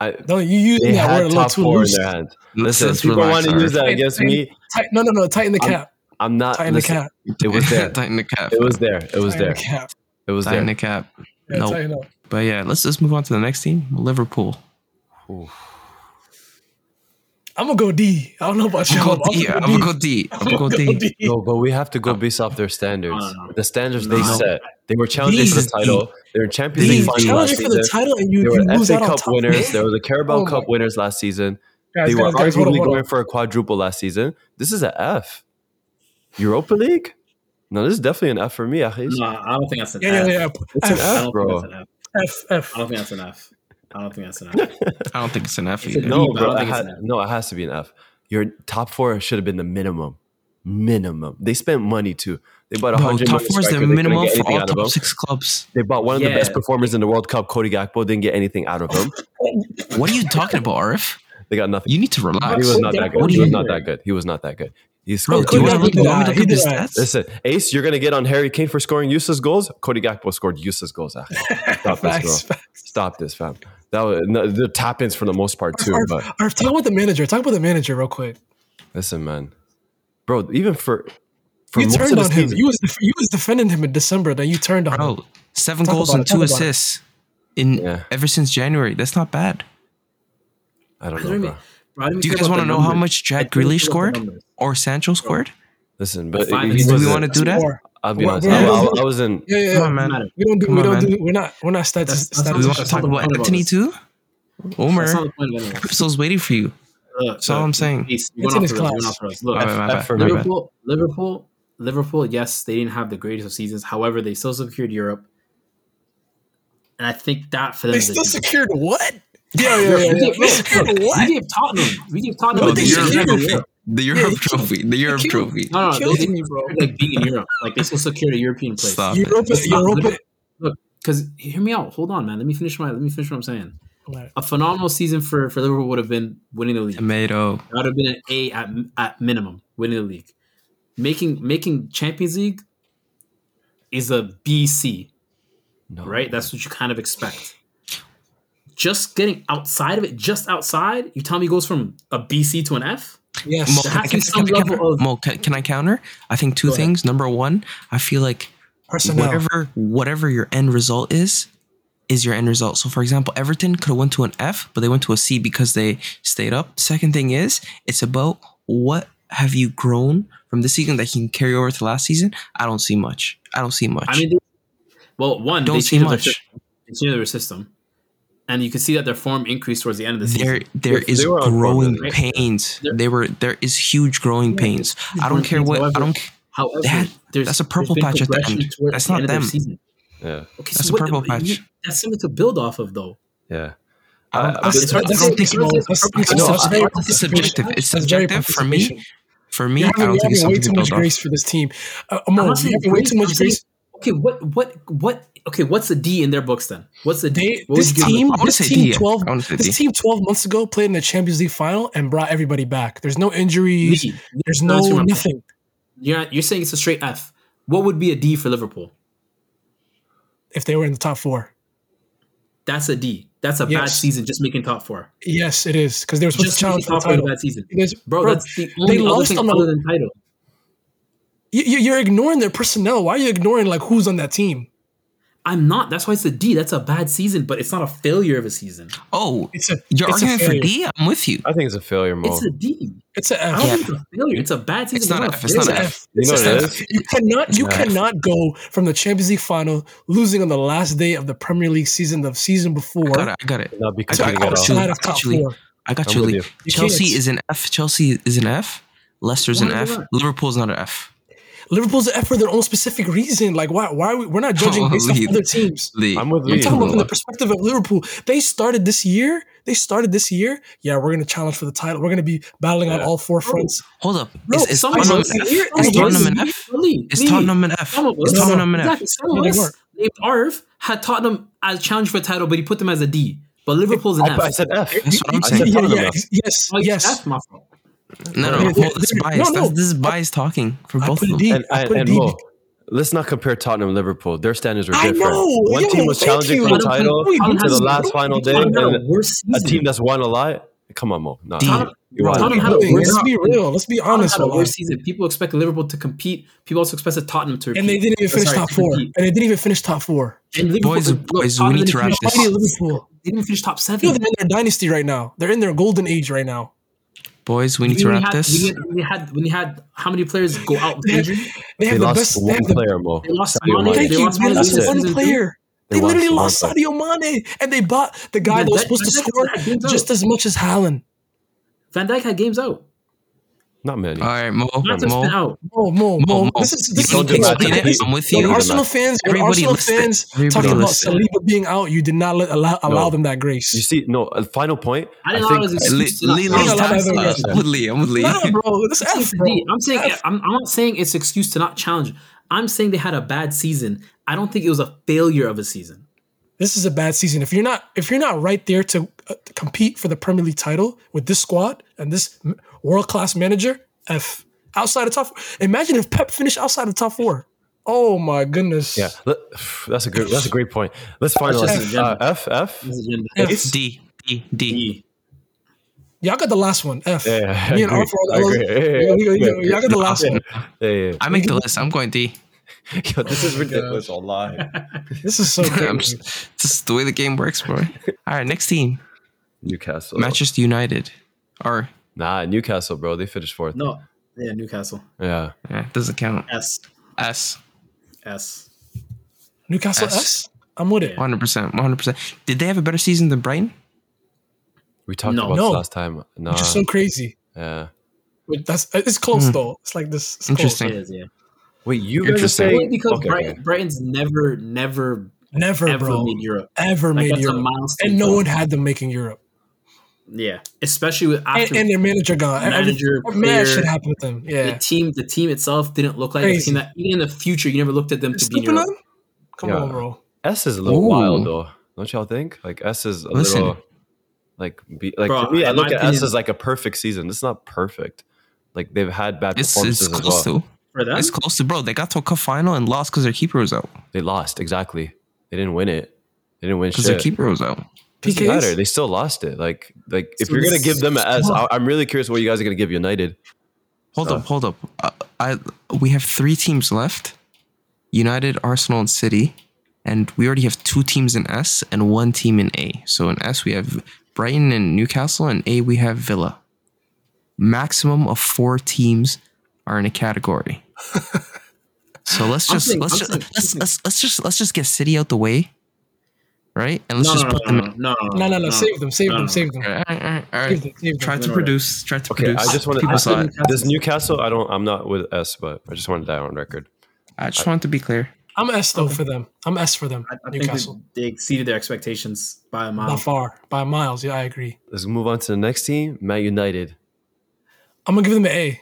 I, Don't you use they that word a had little top too four in loose? their hands. Let's- Listen, let's people relax, want to use Arf. that against me. Tight, no, no, no. Tighten the I'm- cap. I'm not. Tighten listen, the cap. It was there. Tighten the cap. It was there. It was Tighten there. the cap. It was Tighten there. the cap. Yeah, Nope. tighten up. But yeah, let's just move on to the next team. Liverpool. I'm gonna go D. I don't know about I'm y'all. gonna go D. but I'm I'm gonna go D. I'm gonna go D. No, but we have to go based off their standards. No, no, no. The standards No. they set. They were challenging for These- the title. They were in Champions these League finals D. final last Challenging for the season. title and you, They you were lose FA out on Cup top. winners. There was a Carabao Oh my- Cup winners last season. Guys, They were guys, guys, hold on, arguably hold going on. for a quadruple last season. This is a F. Europa League? No, this is definitely an F for me, Achis. No, I don't think that's an Yeah, F. yeah, yeah. It's an F, I F, don't Bro. think that's an F. F, I don't think that's an F. I don't think that's an F. I don't think it's an F It's a either. D. No, but I don't bro. It think it's had, an F. no, it has to be an F. Your top four should have been the minimum. Minimum. They spent money too. They bought a Bro, hundred top million. four is the striker. They couldn't minimum get for anything all out of top them. six clubs. They bought one of the Yeah. best performers in the World Cup, Cody Gakpo. Didn't get anything out of him. What are you talking about, Arif? They got nothing. You need to He relax. was not that What good. do He was you- not that good. He was not that good. He Bro, scored do you two. want, to Cody look, you Gakpo want me to did look up that. your He did that. stats? Listen, Ace, you're gonna get on Harry Kane for scoring useless goals. Cody Gakpo scored useless goals. Ah, Stop this, bro. Facts, facts. Stop this, fam. That was no, the tap ins for the most part too. Arf, But Arf, talk about the manager. Talk about the manager real quick. listen, man, bro. Even for for you most turned of the on him. season, You was def- you was defending him in December. Then you turned on him. Bro, seven Talk goals about and it, talk two about it. assists in Yeah. ever since January. That's not bad. I don't know, I don't bro. even- bro, I don't even Do you care guys about want the to know how numbers. much I Jack don't Grealish even care about the scored numbers. or Sancho scored? Listen, but Five he minutes. Do we wasn't- want to do that? Or- I'll be Well, honest. we're I, gonna I- do- I wasn't. Yeah, yeah, yeah. Come on, man. Matter. We don't do. Come we on, don't man. do. We're not. We're not stats. That's- that's Do we want to Let's talk talk about about Anthony this. too? Omer, That's not the point of it. episode's waiting for you. Look, That's all look, I'm saying. Peace. It's You went in off his the class. rails. You went off the rails. Look, My bad, my F bad. for My me. bad. Liverpool, Liverpool, Liverpool. Yes, they didn't have the greatest of seasons. However, they still secured Europe, and I think that for them, They is a still huge- secured what? Yeah, yeah, yeah. yeah. We They gave- secured We what? gave Tottenham. We gave Tottenham. No, a the big Europe season in trophy. The Europe you killed- trophy. The Europe killed- trophy. No, no, Kills they, they me, bro. secured, like being in Europe, like they still secured a European place. Stop. Europa. It's not Europa. good. Because hear me out. Hold on, man. Let me finish my. Let me finish what I'm saying. A phenomenal season for for Liverpool would have been winning the league. Tomato. That would have been an A at, at minimum, winning the league. Making making Champions League is a B C, No. right? That's what you kind of expect. Just getting outside of it, just outside, you tell me it goes from a BC to an F? Mo, Yes. There can, has I- to be can, some I counter? level of- Mo, can, can I counter? I think two Go ahead. things. Number one, I feel like Personnel. whatever whatever your end result is, is your end result. So for example, Everton could have went to an F, but they went to a C because they stayed up. Second thing is, it's about what have you grown from this season that you can carry over to last season. I don't see much. I don't see much. I mean, they- well, one, Don't they see changed their much. system. They changed their system. And you can see that their form increased towards the end of the there season. there They is were on form, growing really. pains. There- They were there is huge growing Yeah, pains. huge I don't growing care pains, what I however- don't c- However, That- there's, that's a purple there's been patch at the progression end. towards That's the not end of their them. season. Yeah. Okay, That's so a what- purple patch. you- That's something to build off of, though. Um, Yeah. I don't- I- I- I It's hard don't to That's say. think It's it, hard bro. to say. That's It's no, hard that's to very say. it's It's subjective. hard to It's say. That's very subjective for me. participation. For me, You're I having, don't you're think it's having way something to too much build off. grace for this team. Uh, Amor, I'm you're not saying having way too great, much I'm saying- grace. Okay, what, what, what? Okay, what's the D in their books then? What's the D? They, What would this you give team, them? I wanna this say team, D. twelve, I wanna say D. this team, twelve months ago played in the Champions League final and brought everybody back. There's no injuries. D. There's No, that's no wrong. nothing. You're not, you're saying it's a straight F. What would be a D for Liverpool? If they were in the top four, That's a D. That's a bad Yes. season. Just making top four. yes, it is because they were supposed Just to making challenge for the top four is a title. bad season, It is- bro. bro, That's the only other lost thing on the- other than title. you, you- you're ignoring their personnel. Why are you ignoring like who's on that team? I'm not. That's why it's a D. That's a bad season, but it's not a failure of a season. Oh, It's a your it's argument a for failure. D, I'm with you. I think it's a failure, Mo. It's a D. It's a I F. don't Yeah. think it's a failure. It's a bad season. It's not a F, it's not failure. F. you know It's what a it F. is? You cannot you Nah. cannot go from the Champions League final losing on the last day of the Premier League season the season I before got it. I got it. Not be I got competing it. at all. Actually, outside of top actually, four. I got I'm you, with Lee. you. You Chelsea can't. is an F. Chelsea is an F. Leicester's an Why F. not? Liverpool's not an F. Liverpool's an F for their own specific reason. Like why why are we, we're not judging based off Lee. other teams. Lee, I'm with you're Lee. I'm talking about from the talking perspective of Liverpool. They started this year. They started this year. Yeah, we're gonna challenge for the title. We're gonna be battling on Yeah. all Oh, four fronts. Hold up. Bro, is, is Some of Tottenham us an F? Is here- It's some of us Tottenham an here- F? Lee, Is Lee, Tottenham an F? some of Is us- Tottenham an F? Exactly. Some No, of they us weren't. named Arv had Tottenham as challenge for title, but he put them as a D. But Liverpool's an I, F. I said F. That's what I'm I Yeah, saying. said yeah, Tottenham yeah, F. ex- yes, Oh, it's yes. F, my fault. No, no, They're- hold they're- this is they're- biased. no, That's, no. this is biased talking for I both of put a them. D. And, I and, put a and D. Mo, let's not compare Tottenham and Liverpool. Their standards were I different. know. One Yo, team was thank challenging you. for the Tottenham- title Tottenham to has- the last final day, Tottenham had and a worse a season. team that's won a lot. Come on, Mo. Nah. D. Tottenham, You want Tottenham it. had a Wait, worse let's be season. real. Let's be Tottenham honest. had a Wallah. worse season. People expected Liverpool to compete. People also expected Tottenham to repeat. And they didn't even Uh, finish sorry, top to four. compete. And they didn't even finish top four. And Liverpool, Boys, look, boys, we Tottenham need to didn't wrap finish this Mighty top- Liverpool. They didn't finish top You know, seven. they're in their dynasty right now. They're in their golden age right now. Boys, we need to When you wrap had, this. when you had, when you had how many players go out with injury? They They have the lost best. They one have the, player, Mo. They lost Sadio Mane. Mane. thank They you. lost They one lost player. one Season two. player. They They lost literally one lost player. Sadio Mane, and they bought the guy Yeah, that was that- supposed to that- score that game's just out. as much as Haaland. Van Dijk had games out. Not many. All right, Mo. Not to spin Mo. out. Mo, Mo, Mo, Mo. Mo. This is You this Don't don't is need to Mo, dramatic. explain it. He- I'm with When you. Don't Arsenal dramatic. fans, when Everybody Arsenal listen. fans talked Everybody about listen. Saliba being out, you did not let, allow, allow No. them that grace. You see, no, a final point. I I didn't allow think it as an Lee, excuse to not Lee, play. Lee's Lee's allowed time to have slot. it. I'm with Lee. I'm with Lee. No, bro, this F, Excuse bro. me. I'm saying F. I'm, I'm not saying it's excuse to not challenge. I'm saying they had a bad season. I don't think it was a failure of a season. This is a bad season. If you're not, if you're not right there to, uh, to compete for the Premier League title with this squad and this world class manager, F. Outside of top, four. imagine if Pep finished outside of top four. Oh my goodness. Yeah, let- that's a good. That's a great point. Let's finalize. just this. a Uh, general- F F. This agenda. F. It's D. D. D. D. Y'all got the last one. F. Yeah, I Me and agree. Arthur are I the agree. Yeah, yeah, Yeah, we- yeah. we- Y'all got the last one. Yeah, yeah, yeah. I make the list. I'm going D. Yo, this is ridiculous. Allah. This is so I'm crazy. just, this is the way the game works, bro. All right, next team, Newcastle. Manchester United. Or Nah, Newcastle, bro. They finished fourth. No, Yeah, Newcastle. Yeah. Yeah, doesn't count. S. S. S. Newcastle S. S. I'm with it. Yeah. 100%. 100%. Did they have a better season than Brighton? We talked No. about No. this last time. No. Which is so crazy. yeah. But that's uh, it's close Hmm. though. It's like this. It's Interesting. It is, yeah. Wait, you guys are Interesting. saying Only because okay, Bright- okay. Brighton's never, never, Close. Never, ever bro. made Europe. Ever Like, made that's a Europe. milestone. And no for one them. had them making Europe. Yeah, especially with And, after and their manager gone. And every- manager, mad player, Oh, shit happened with them. the Yeah. team, the team itself didn't look like the Crazy. team that even in the future you never looked at them to be in Sleeping Europe. on? Come Yeah. on, bro. S is a little Ooh. wild though. Don't y'all think? Like S is a Listen. little like be, like Bro, to me, I in look my at S opinion- as like a perfect season. It's not perfect. Like they've had bad It's, it's performances as well. close to. For them, It's close to, bro. They got to a cup final and lost because their keeper was out. They lost exactly. They didn't win it. They didn't win Because their shit. keeper was out. Doesn't matter. PKs? They still lost it. Like like if So you're gonna this- give them an S, I, I'm really curious what you guys are gonna give United. Hold Uh, up, hold up. Uh, I we have three teams left: United, Arsenal, and City. And we already have two teams in S and one team in A. So in S we have Brighton and Newcastle, and A we have Villa. Maximum of four teams are in a category. so let's I'm just saying- let's I'm just saying- let's, let's let's just let's just get City out the way, right? And let's no, just no, no, put no, them. no, no, No, no, no. Save them. Save No, them. no. Save them. All right, all right, all Save right. them. Save them. Try to Alright. produce. Try to Okay, produce. I just want people saw it. to. This Newcastle, I don't. I'm not with S, but I just wanted that on record. I just want to be clear. I'm S though for them. I'm S for them. I, I think Newcastle. they, they exceeded their expectations by a mile. Not far. By miles. Yeah, I agree. Let's move on to the next team, Man United. I'm gonna give them an A.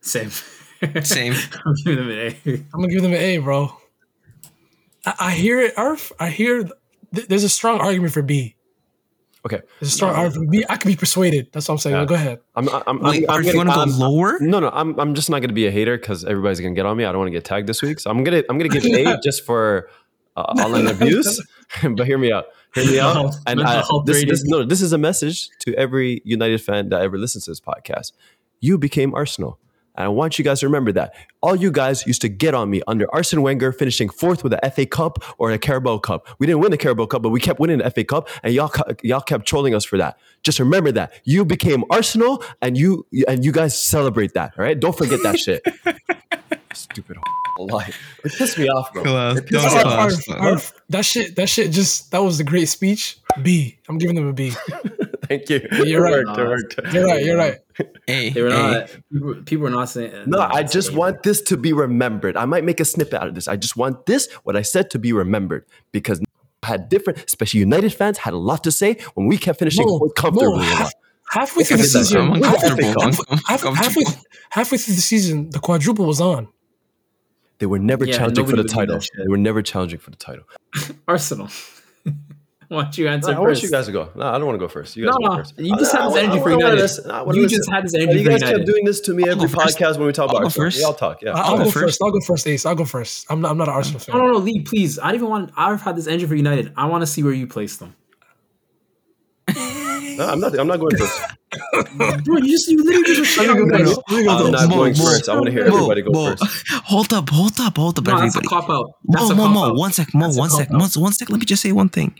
Same. Same. I'm giving them an A. I'm gonna give them an A, bro. I, I hear it. Arf, I hear. Th- there's a strong argument for B. Okay, There's a strong argument for B. I could be persuaded. That's what I'm saying. Yeah. Go ahead. I'm. I'm. I'm, Wait, I'm are you gonna- going to go I'm- lower? No, no, I'm. I'm just not gonna be a hater because everybody's gonna get on me. I don't want to get tagged this week, so I'm gonna. I'm gonna give A just for uh, online abuse. but hear me out. Hear me out. Mental And I, health this, this, rating. no, this is a message to every United fan that ever listens to this podcast. You became Arsenal. And I want you guys to remember that. All you guys used to get on me under Arsene Wenger finishing fourth with the FA Cup or the Carabao Cup. We didn't win the Carabao Cup, but we kept winning the FA Cup, and y'all cu- y'all kept trolling us for that. Just remember that you became Arsenal, and you and you guys celebrate that. All right, don't forget that shit. Stupid lie. It pissed me off, bro. Arf, arf, arf. That shit. That shit. Just that was the great speech. B. I'm giving them a B. Thank you. You're right. It worked. It worked. You're right. You're right. Hey, They were hey. not. People, people were not saying. No, not I just saying- want this to be remembered. I might make a snippet out of this. I just want this, what I said, to be remembered because I had different, especially United fans, had a lot to say when we kept finishing Mo, fourth comfortably. Mo, or half, not. halfway through the Look at that, season, I'm Look at that uncomfortable. thing. Half, half, halfway, halfway through the season, the quadruple was on. They were never Yeah, challenging for nobody the would do title. that shit. They were never challenging for the title. Arsenal. Why don't you answer I want first? you guys to go. No, I don't want to go first. You guys No, go no, first. you just I- had this I- I energy for wanna United. listen. I wanna You listen. just had this energy You for guys kept United. doing this to me I'll every go first. podcast when we I'll talk about go Arsenal. first. Yeah, I'll talk. Yeah. I- I'll, I'll go go 1st first. first. I'll go first, Ace. I'll go first. I'm not, I'm not an Arsenal fan. No, no, no, Lee, please. I don't even want. I've had this engine for United. I want to see where you place them. No, I'm not. I'm not going first. Bro, you just you literally just shit on No, United. no, I'm not Mo, going Mo, first. I want to hear everybody go Mo, first. Hold up, hold up, hold up, No, that's a everybody. cop out. That's Mo, a Mo, cop Mo, out. one sec, Mo, That's a one sec, cop-out. Mo, one sec. Let me just say one thing.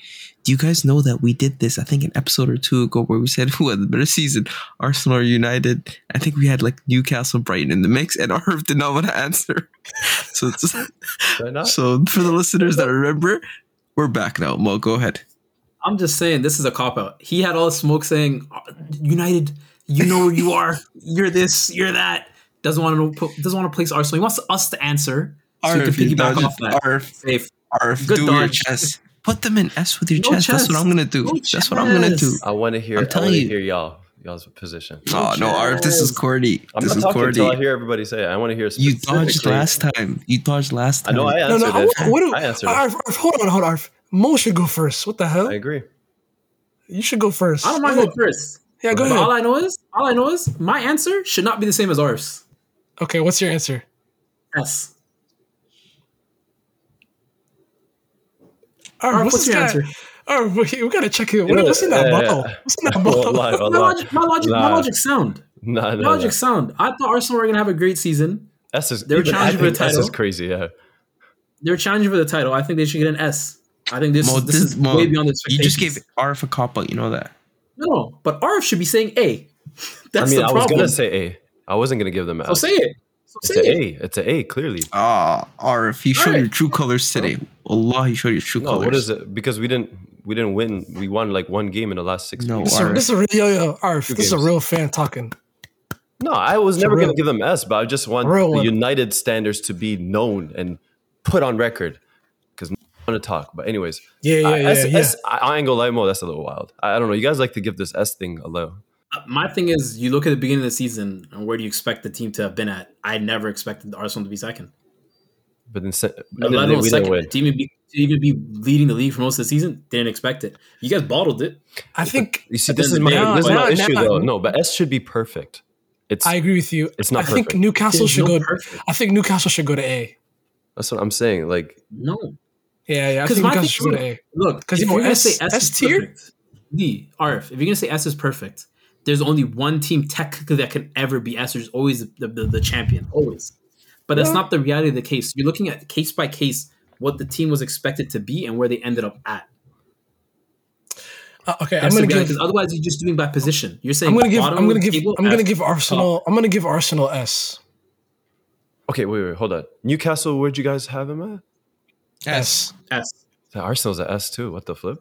Do you guys know that we did this? I think an episode or two ago where we said who had the better season, Arsenal or United. I think we had like Newcastle, Brighton in the mix, and Arv did not want to answer. So, it's- Did I not? so for the listeners that remember, we're back now. Mo, go ahead. I'm just saying this is a cop out. He had all the smoke saying United. You know where you are. You're this. You're that. Doesn't want to put, doesn't want to place Arsenal. He wants us to answer. So we can Arv, you piggyback dodged- off that. Arv, Safe. Arf, Good do your dodge. chest. Put them in S with your No chest. That's what chest. I'm gonna do. No That's what I'm gonna do. chest. I want to hear. I'm I telling want to you. hear y'all y'all's position. No, no, Arf, this is corny. I'm this is not talking until I corny. hear everybody say. It. I want to hear. You dodged specifically- last time. You dodged last I time. know. I no, answered no. I, it. what do, I answered. Arf, Arf, hold on, hold on, Arf. Mo should go first. What the hell? it. I agree. you should go first. I don't mind going first. Yeah, go But all ahead. I know is, all I know is, my answer should not be the same as ours. Okay, what's your answer? S. Arf, what's, Arf, what's this your guy? answer? Arf, we, we gotta check it. What, know, what's in that yeah, bottle? yeah. What's in that Well, bottle? lie, well, My lie. logic, my logic, my Nah. logic sound. No, My no, logic no. sound. I thought Arsenal were gonna have a great season. S is. They're even I challenging for think the S is title. crazy. Yeah. They're challenging for the title. I think they should get an S. I think this, Mo, this, this- is Mo, way beyond You the expectations. just gave Arf a cop out. You know that. no, but Arf should be saying A. I That's mean, the I problem. was gonna say A. I wasn't gonna give them. An So F. say it. So It's say an it. A. It's an A. Clearly. Ah, Arif, you showed Alright. your true colors today. Allah, you showed your true No, colors. what is it? Because we didn't. We didn't win. We won like one game in the last six. No, weeks. This is, a, Arif. this is a real, yo, yo, Arif, Two this is a games. real fan talking. No, I was It's never going real. to give them S, but I just want Real the one. United standards to be known and put on record because I want to talk. But anyways, Yeah, yeah, I- yeah, S- yeah. S- I- I ain't gonna lie, Mo, that's a little wild. I, I don't know. You guys like to give this S thing a low. Uh, My thing is, you look at the beginning of the season and where do you expect the team to have been at? I never expected Arsenal to be second. But then, se- No, and then let they- alone we second. didn't win. To even, be, to even be leading the league for most of the season, didn't expect it. You guys bottled it. I think You see, But this is then my, now- this is my now- issue, now- though. No, but S should be perfect. It's I agree with you. it's not I think perfect. Newcastle There's should no go. perfect. I think Newcastle should go to A. That's what I'm saying. Like, No. Yeah, yeah. I 'Cause think my Newcastle thing should go to is- A. Look, 'Cause, if you know, you're gonna S- say S, S is tier? perfect, D RF. If you're gonna say S is perfect, there's only one team technically that can ever be S. There's always the, the, the champion, always. But that's not the reality of the case. You're looking at case by case what the team was expected to be and where they ended up at. Uh, okay, I'm That's gonna the reality, give. 'cause otherwise, you're just doing by position. You're saying I'm gonna give. bottom I'm of gonna the give. table, I'm gonna F. give Arsenal. I'm gonna give Arsenal S. okay, wait, wait, hold on. Newcastle, where'd you guys have him at? S. S. The Arsenal's at S too. What the flip?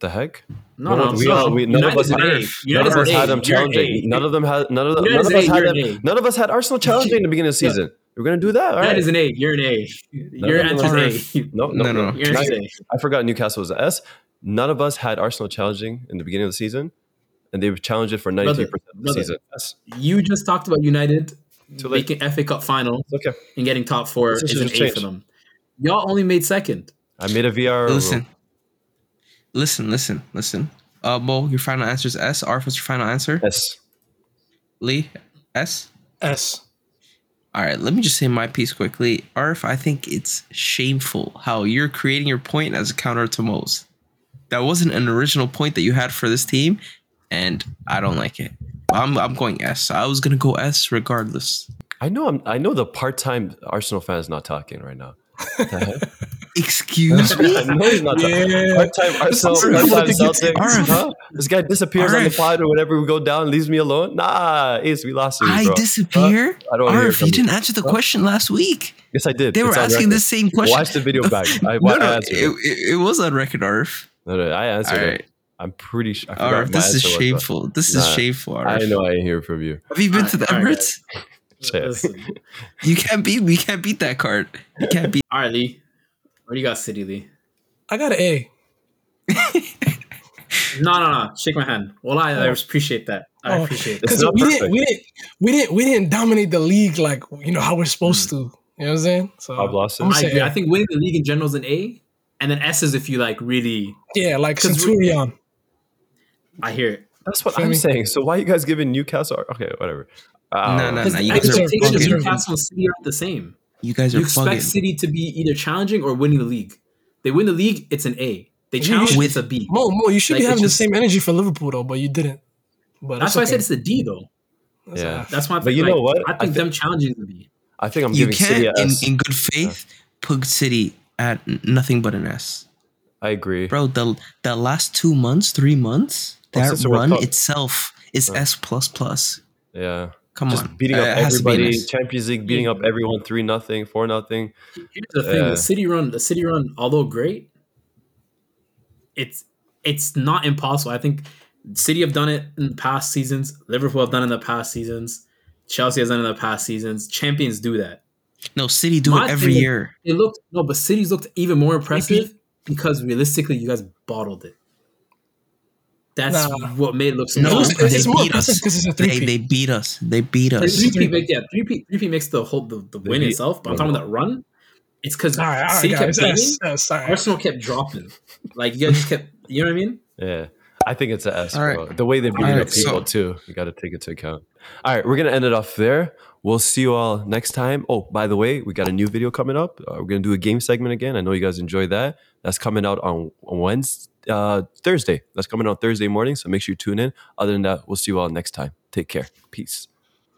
The heck? No, no, None of- we no. all- we- none of us United's had- an A. None United's of us an A. had them You're an challenging. A. None of them had. None of them. You're None of an us A, had. you're an them- A. None of us had Arsenal challenging in the beginning of the Yeah. season. We're gonna do that. All That right. is an A. You're an A. Your no, no, answer's no. A. No, no, No, no, no. no. You're an Not- A. I forgot Newcastle was an S. None of us had Arsenal challenging in the beginning of the season, and they were challenged it for ninety-three percent of the brother. season. Yes. You just talked about United Too late. making FA Cup final It's okay. and getting top four This is is an a A change. for them. Y'all only made second. I made a VR. rule. Listen, listen, listen, listen. Uh, Mo, your final answer is S. Arif, what's your final answer? Yes. Lee, S. S. All right, let me just say my piece quickly. Arif, I think it's shameful how you're creating your point as a counter to Mo's. That wasn't an original point that you had for this team, and I don't like it. I'm, I'm going S. I was going to go S regardless. I know. I'm, I know the part-time Arsenal fan is not talking right now. Excuse me? I know he's not talking. Yeah. Part-time Arsenal, is really part-time ridiculous. Celtic. Alright. Huh? This guy disappears on the Alright. pod or whatever. We go down, leaves me alone. Nah, Ace, we lost. you, I bro. disappear? I don't wanna hear Arif, from you you. didn't answer the question last week. Yes, I did. They were It's on asking record. the same question. Watch the video back. I, No, I no, it, answered it. it, it was on record, Arif. No, no, I All answered right. it. I'm pretty sure. I forgot All right, my this is answer was, shameful. This is Nah, shameful. but I Arif. know I didn't hear from you. Have you been to the All right, all right, Emirates? Shit. Listen. You can't beat. We can't beat that card. You can't beat. All right, Lee. What do you got, City Lee? I got an A. No, no, no. Shake my hand. Well, I, I appreciate that. I Oh. appreciate that. It's Because not we perfect. didn't, we didn't, we didn't, we didn't dominate the league like you know how we're supposed to. You know what I'm saying? So Five losses. I'm gonna I say agree. A. I think winning the league in general is an A, and then S is if you like really. yeah, like 'Cause we- Centurion. I hear it. That's what Feel I'm me? saying. So why you guys giving Newcastle? Okay, whatever. Uh, No, no, Because no. the You guys are expectations of fucking. Newcastle and City aren't the same. You guys You are expect fucking. City to be either challenging or winning the league. They win the league, it's an A. They challenge, should- it's a B. Mo, Mo, you should be Like, having it's just- the same energy for Liverpool though, but you didn't. But That's that's, why I okay. said it's a D though. That's Yeah. F. That's my. But you like, know what? I I think thi- them challenging to be. I think I'm You giving City a can't, in, S. in good faith, put City at n- nothing but an S, I agree. bro. The the last two months, three months, Well, that since we're run top- itself is Yeah. S plus plus. Yeah, Come just on, beating Uh, up it has to be an everybody. S. Champions League beating up everyone three nothing, four nothing. Here's the thing: Yeah. the city run, the city run, although great, it's it's not impossible. I think City have done it in past seasons. Liverpool have done it in the past seasons. Chelsea has done it in the past seasons. Champions do that. No, City do My it every thing is- year. It looked no, but City's looked even more impressive because realistically, you guys bottled it. That's Nah. what made it look so. No, It was- they it's, it's more beat us. impressive because it's a They three they beat us. They beat Like, us. three P make, yeah, three P three P makes the whole the, the win beat- itself. But I'm talking about run. It's because All right, all right, City guys. kept S, beating, S, all right. Arsenal kept dropping. Like you guys just kept, you know what I mean? Yeah, I think it's an S. All right. bro. The way they're beating right, up people so- too, you got to take into account. All right, we're gonna end it off there. We'll see you all next time. Oh, by the way, we got a new video coming up. Uh, we're gonna do a game segment again. I know you guys enjoy that. That's coming out on Wednesday, uh, Thursday. That's coming out Thursday morning. So make sure you tune in. Other than that, we'll see you all next time. Take care. Peace.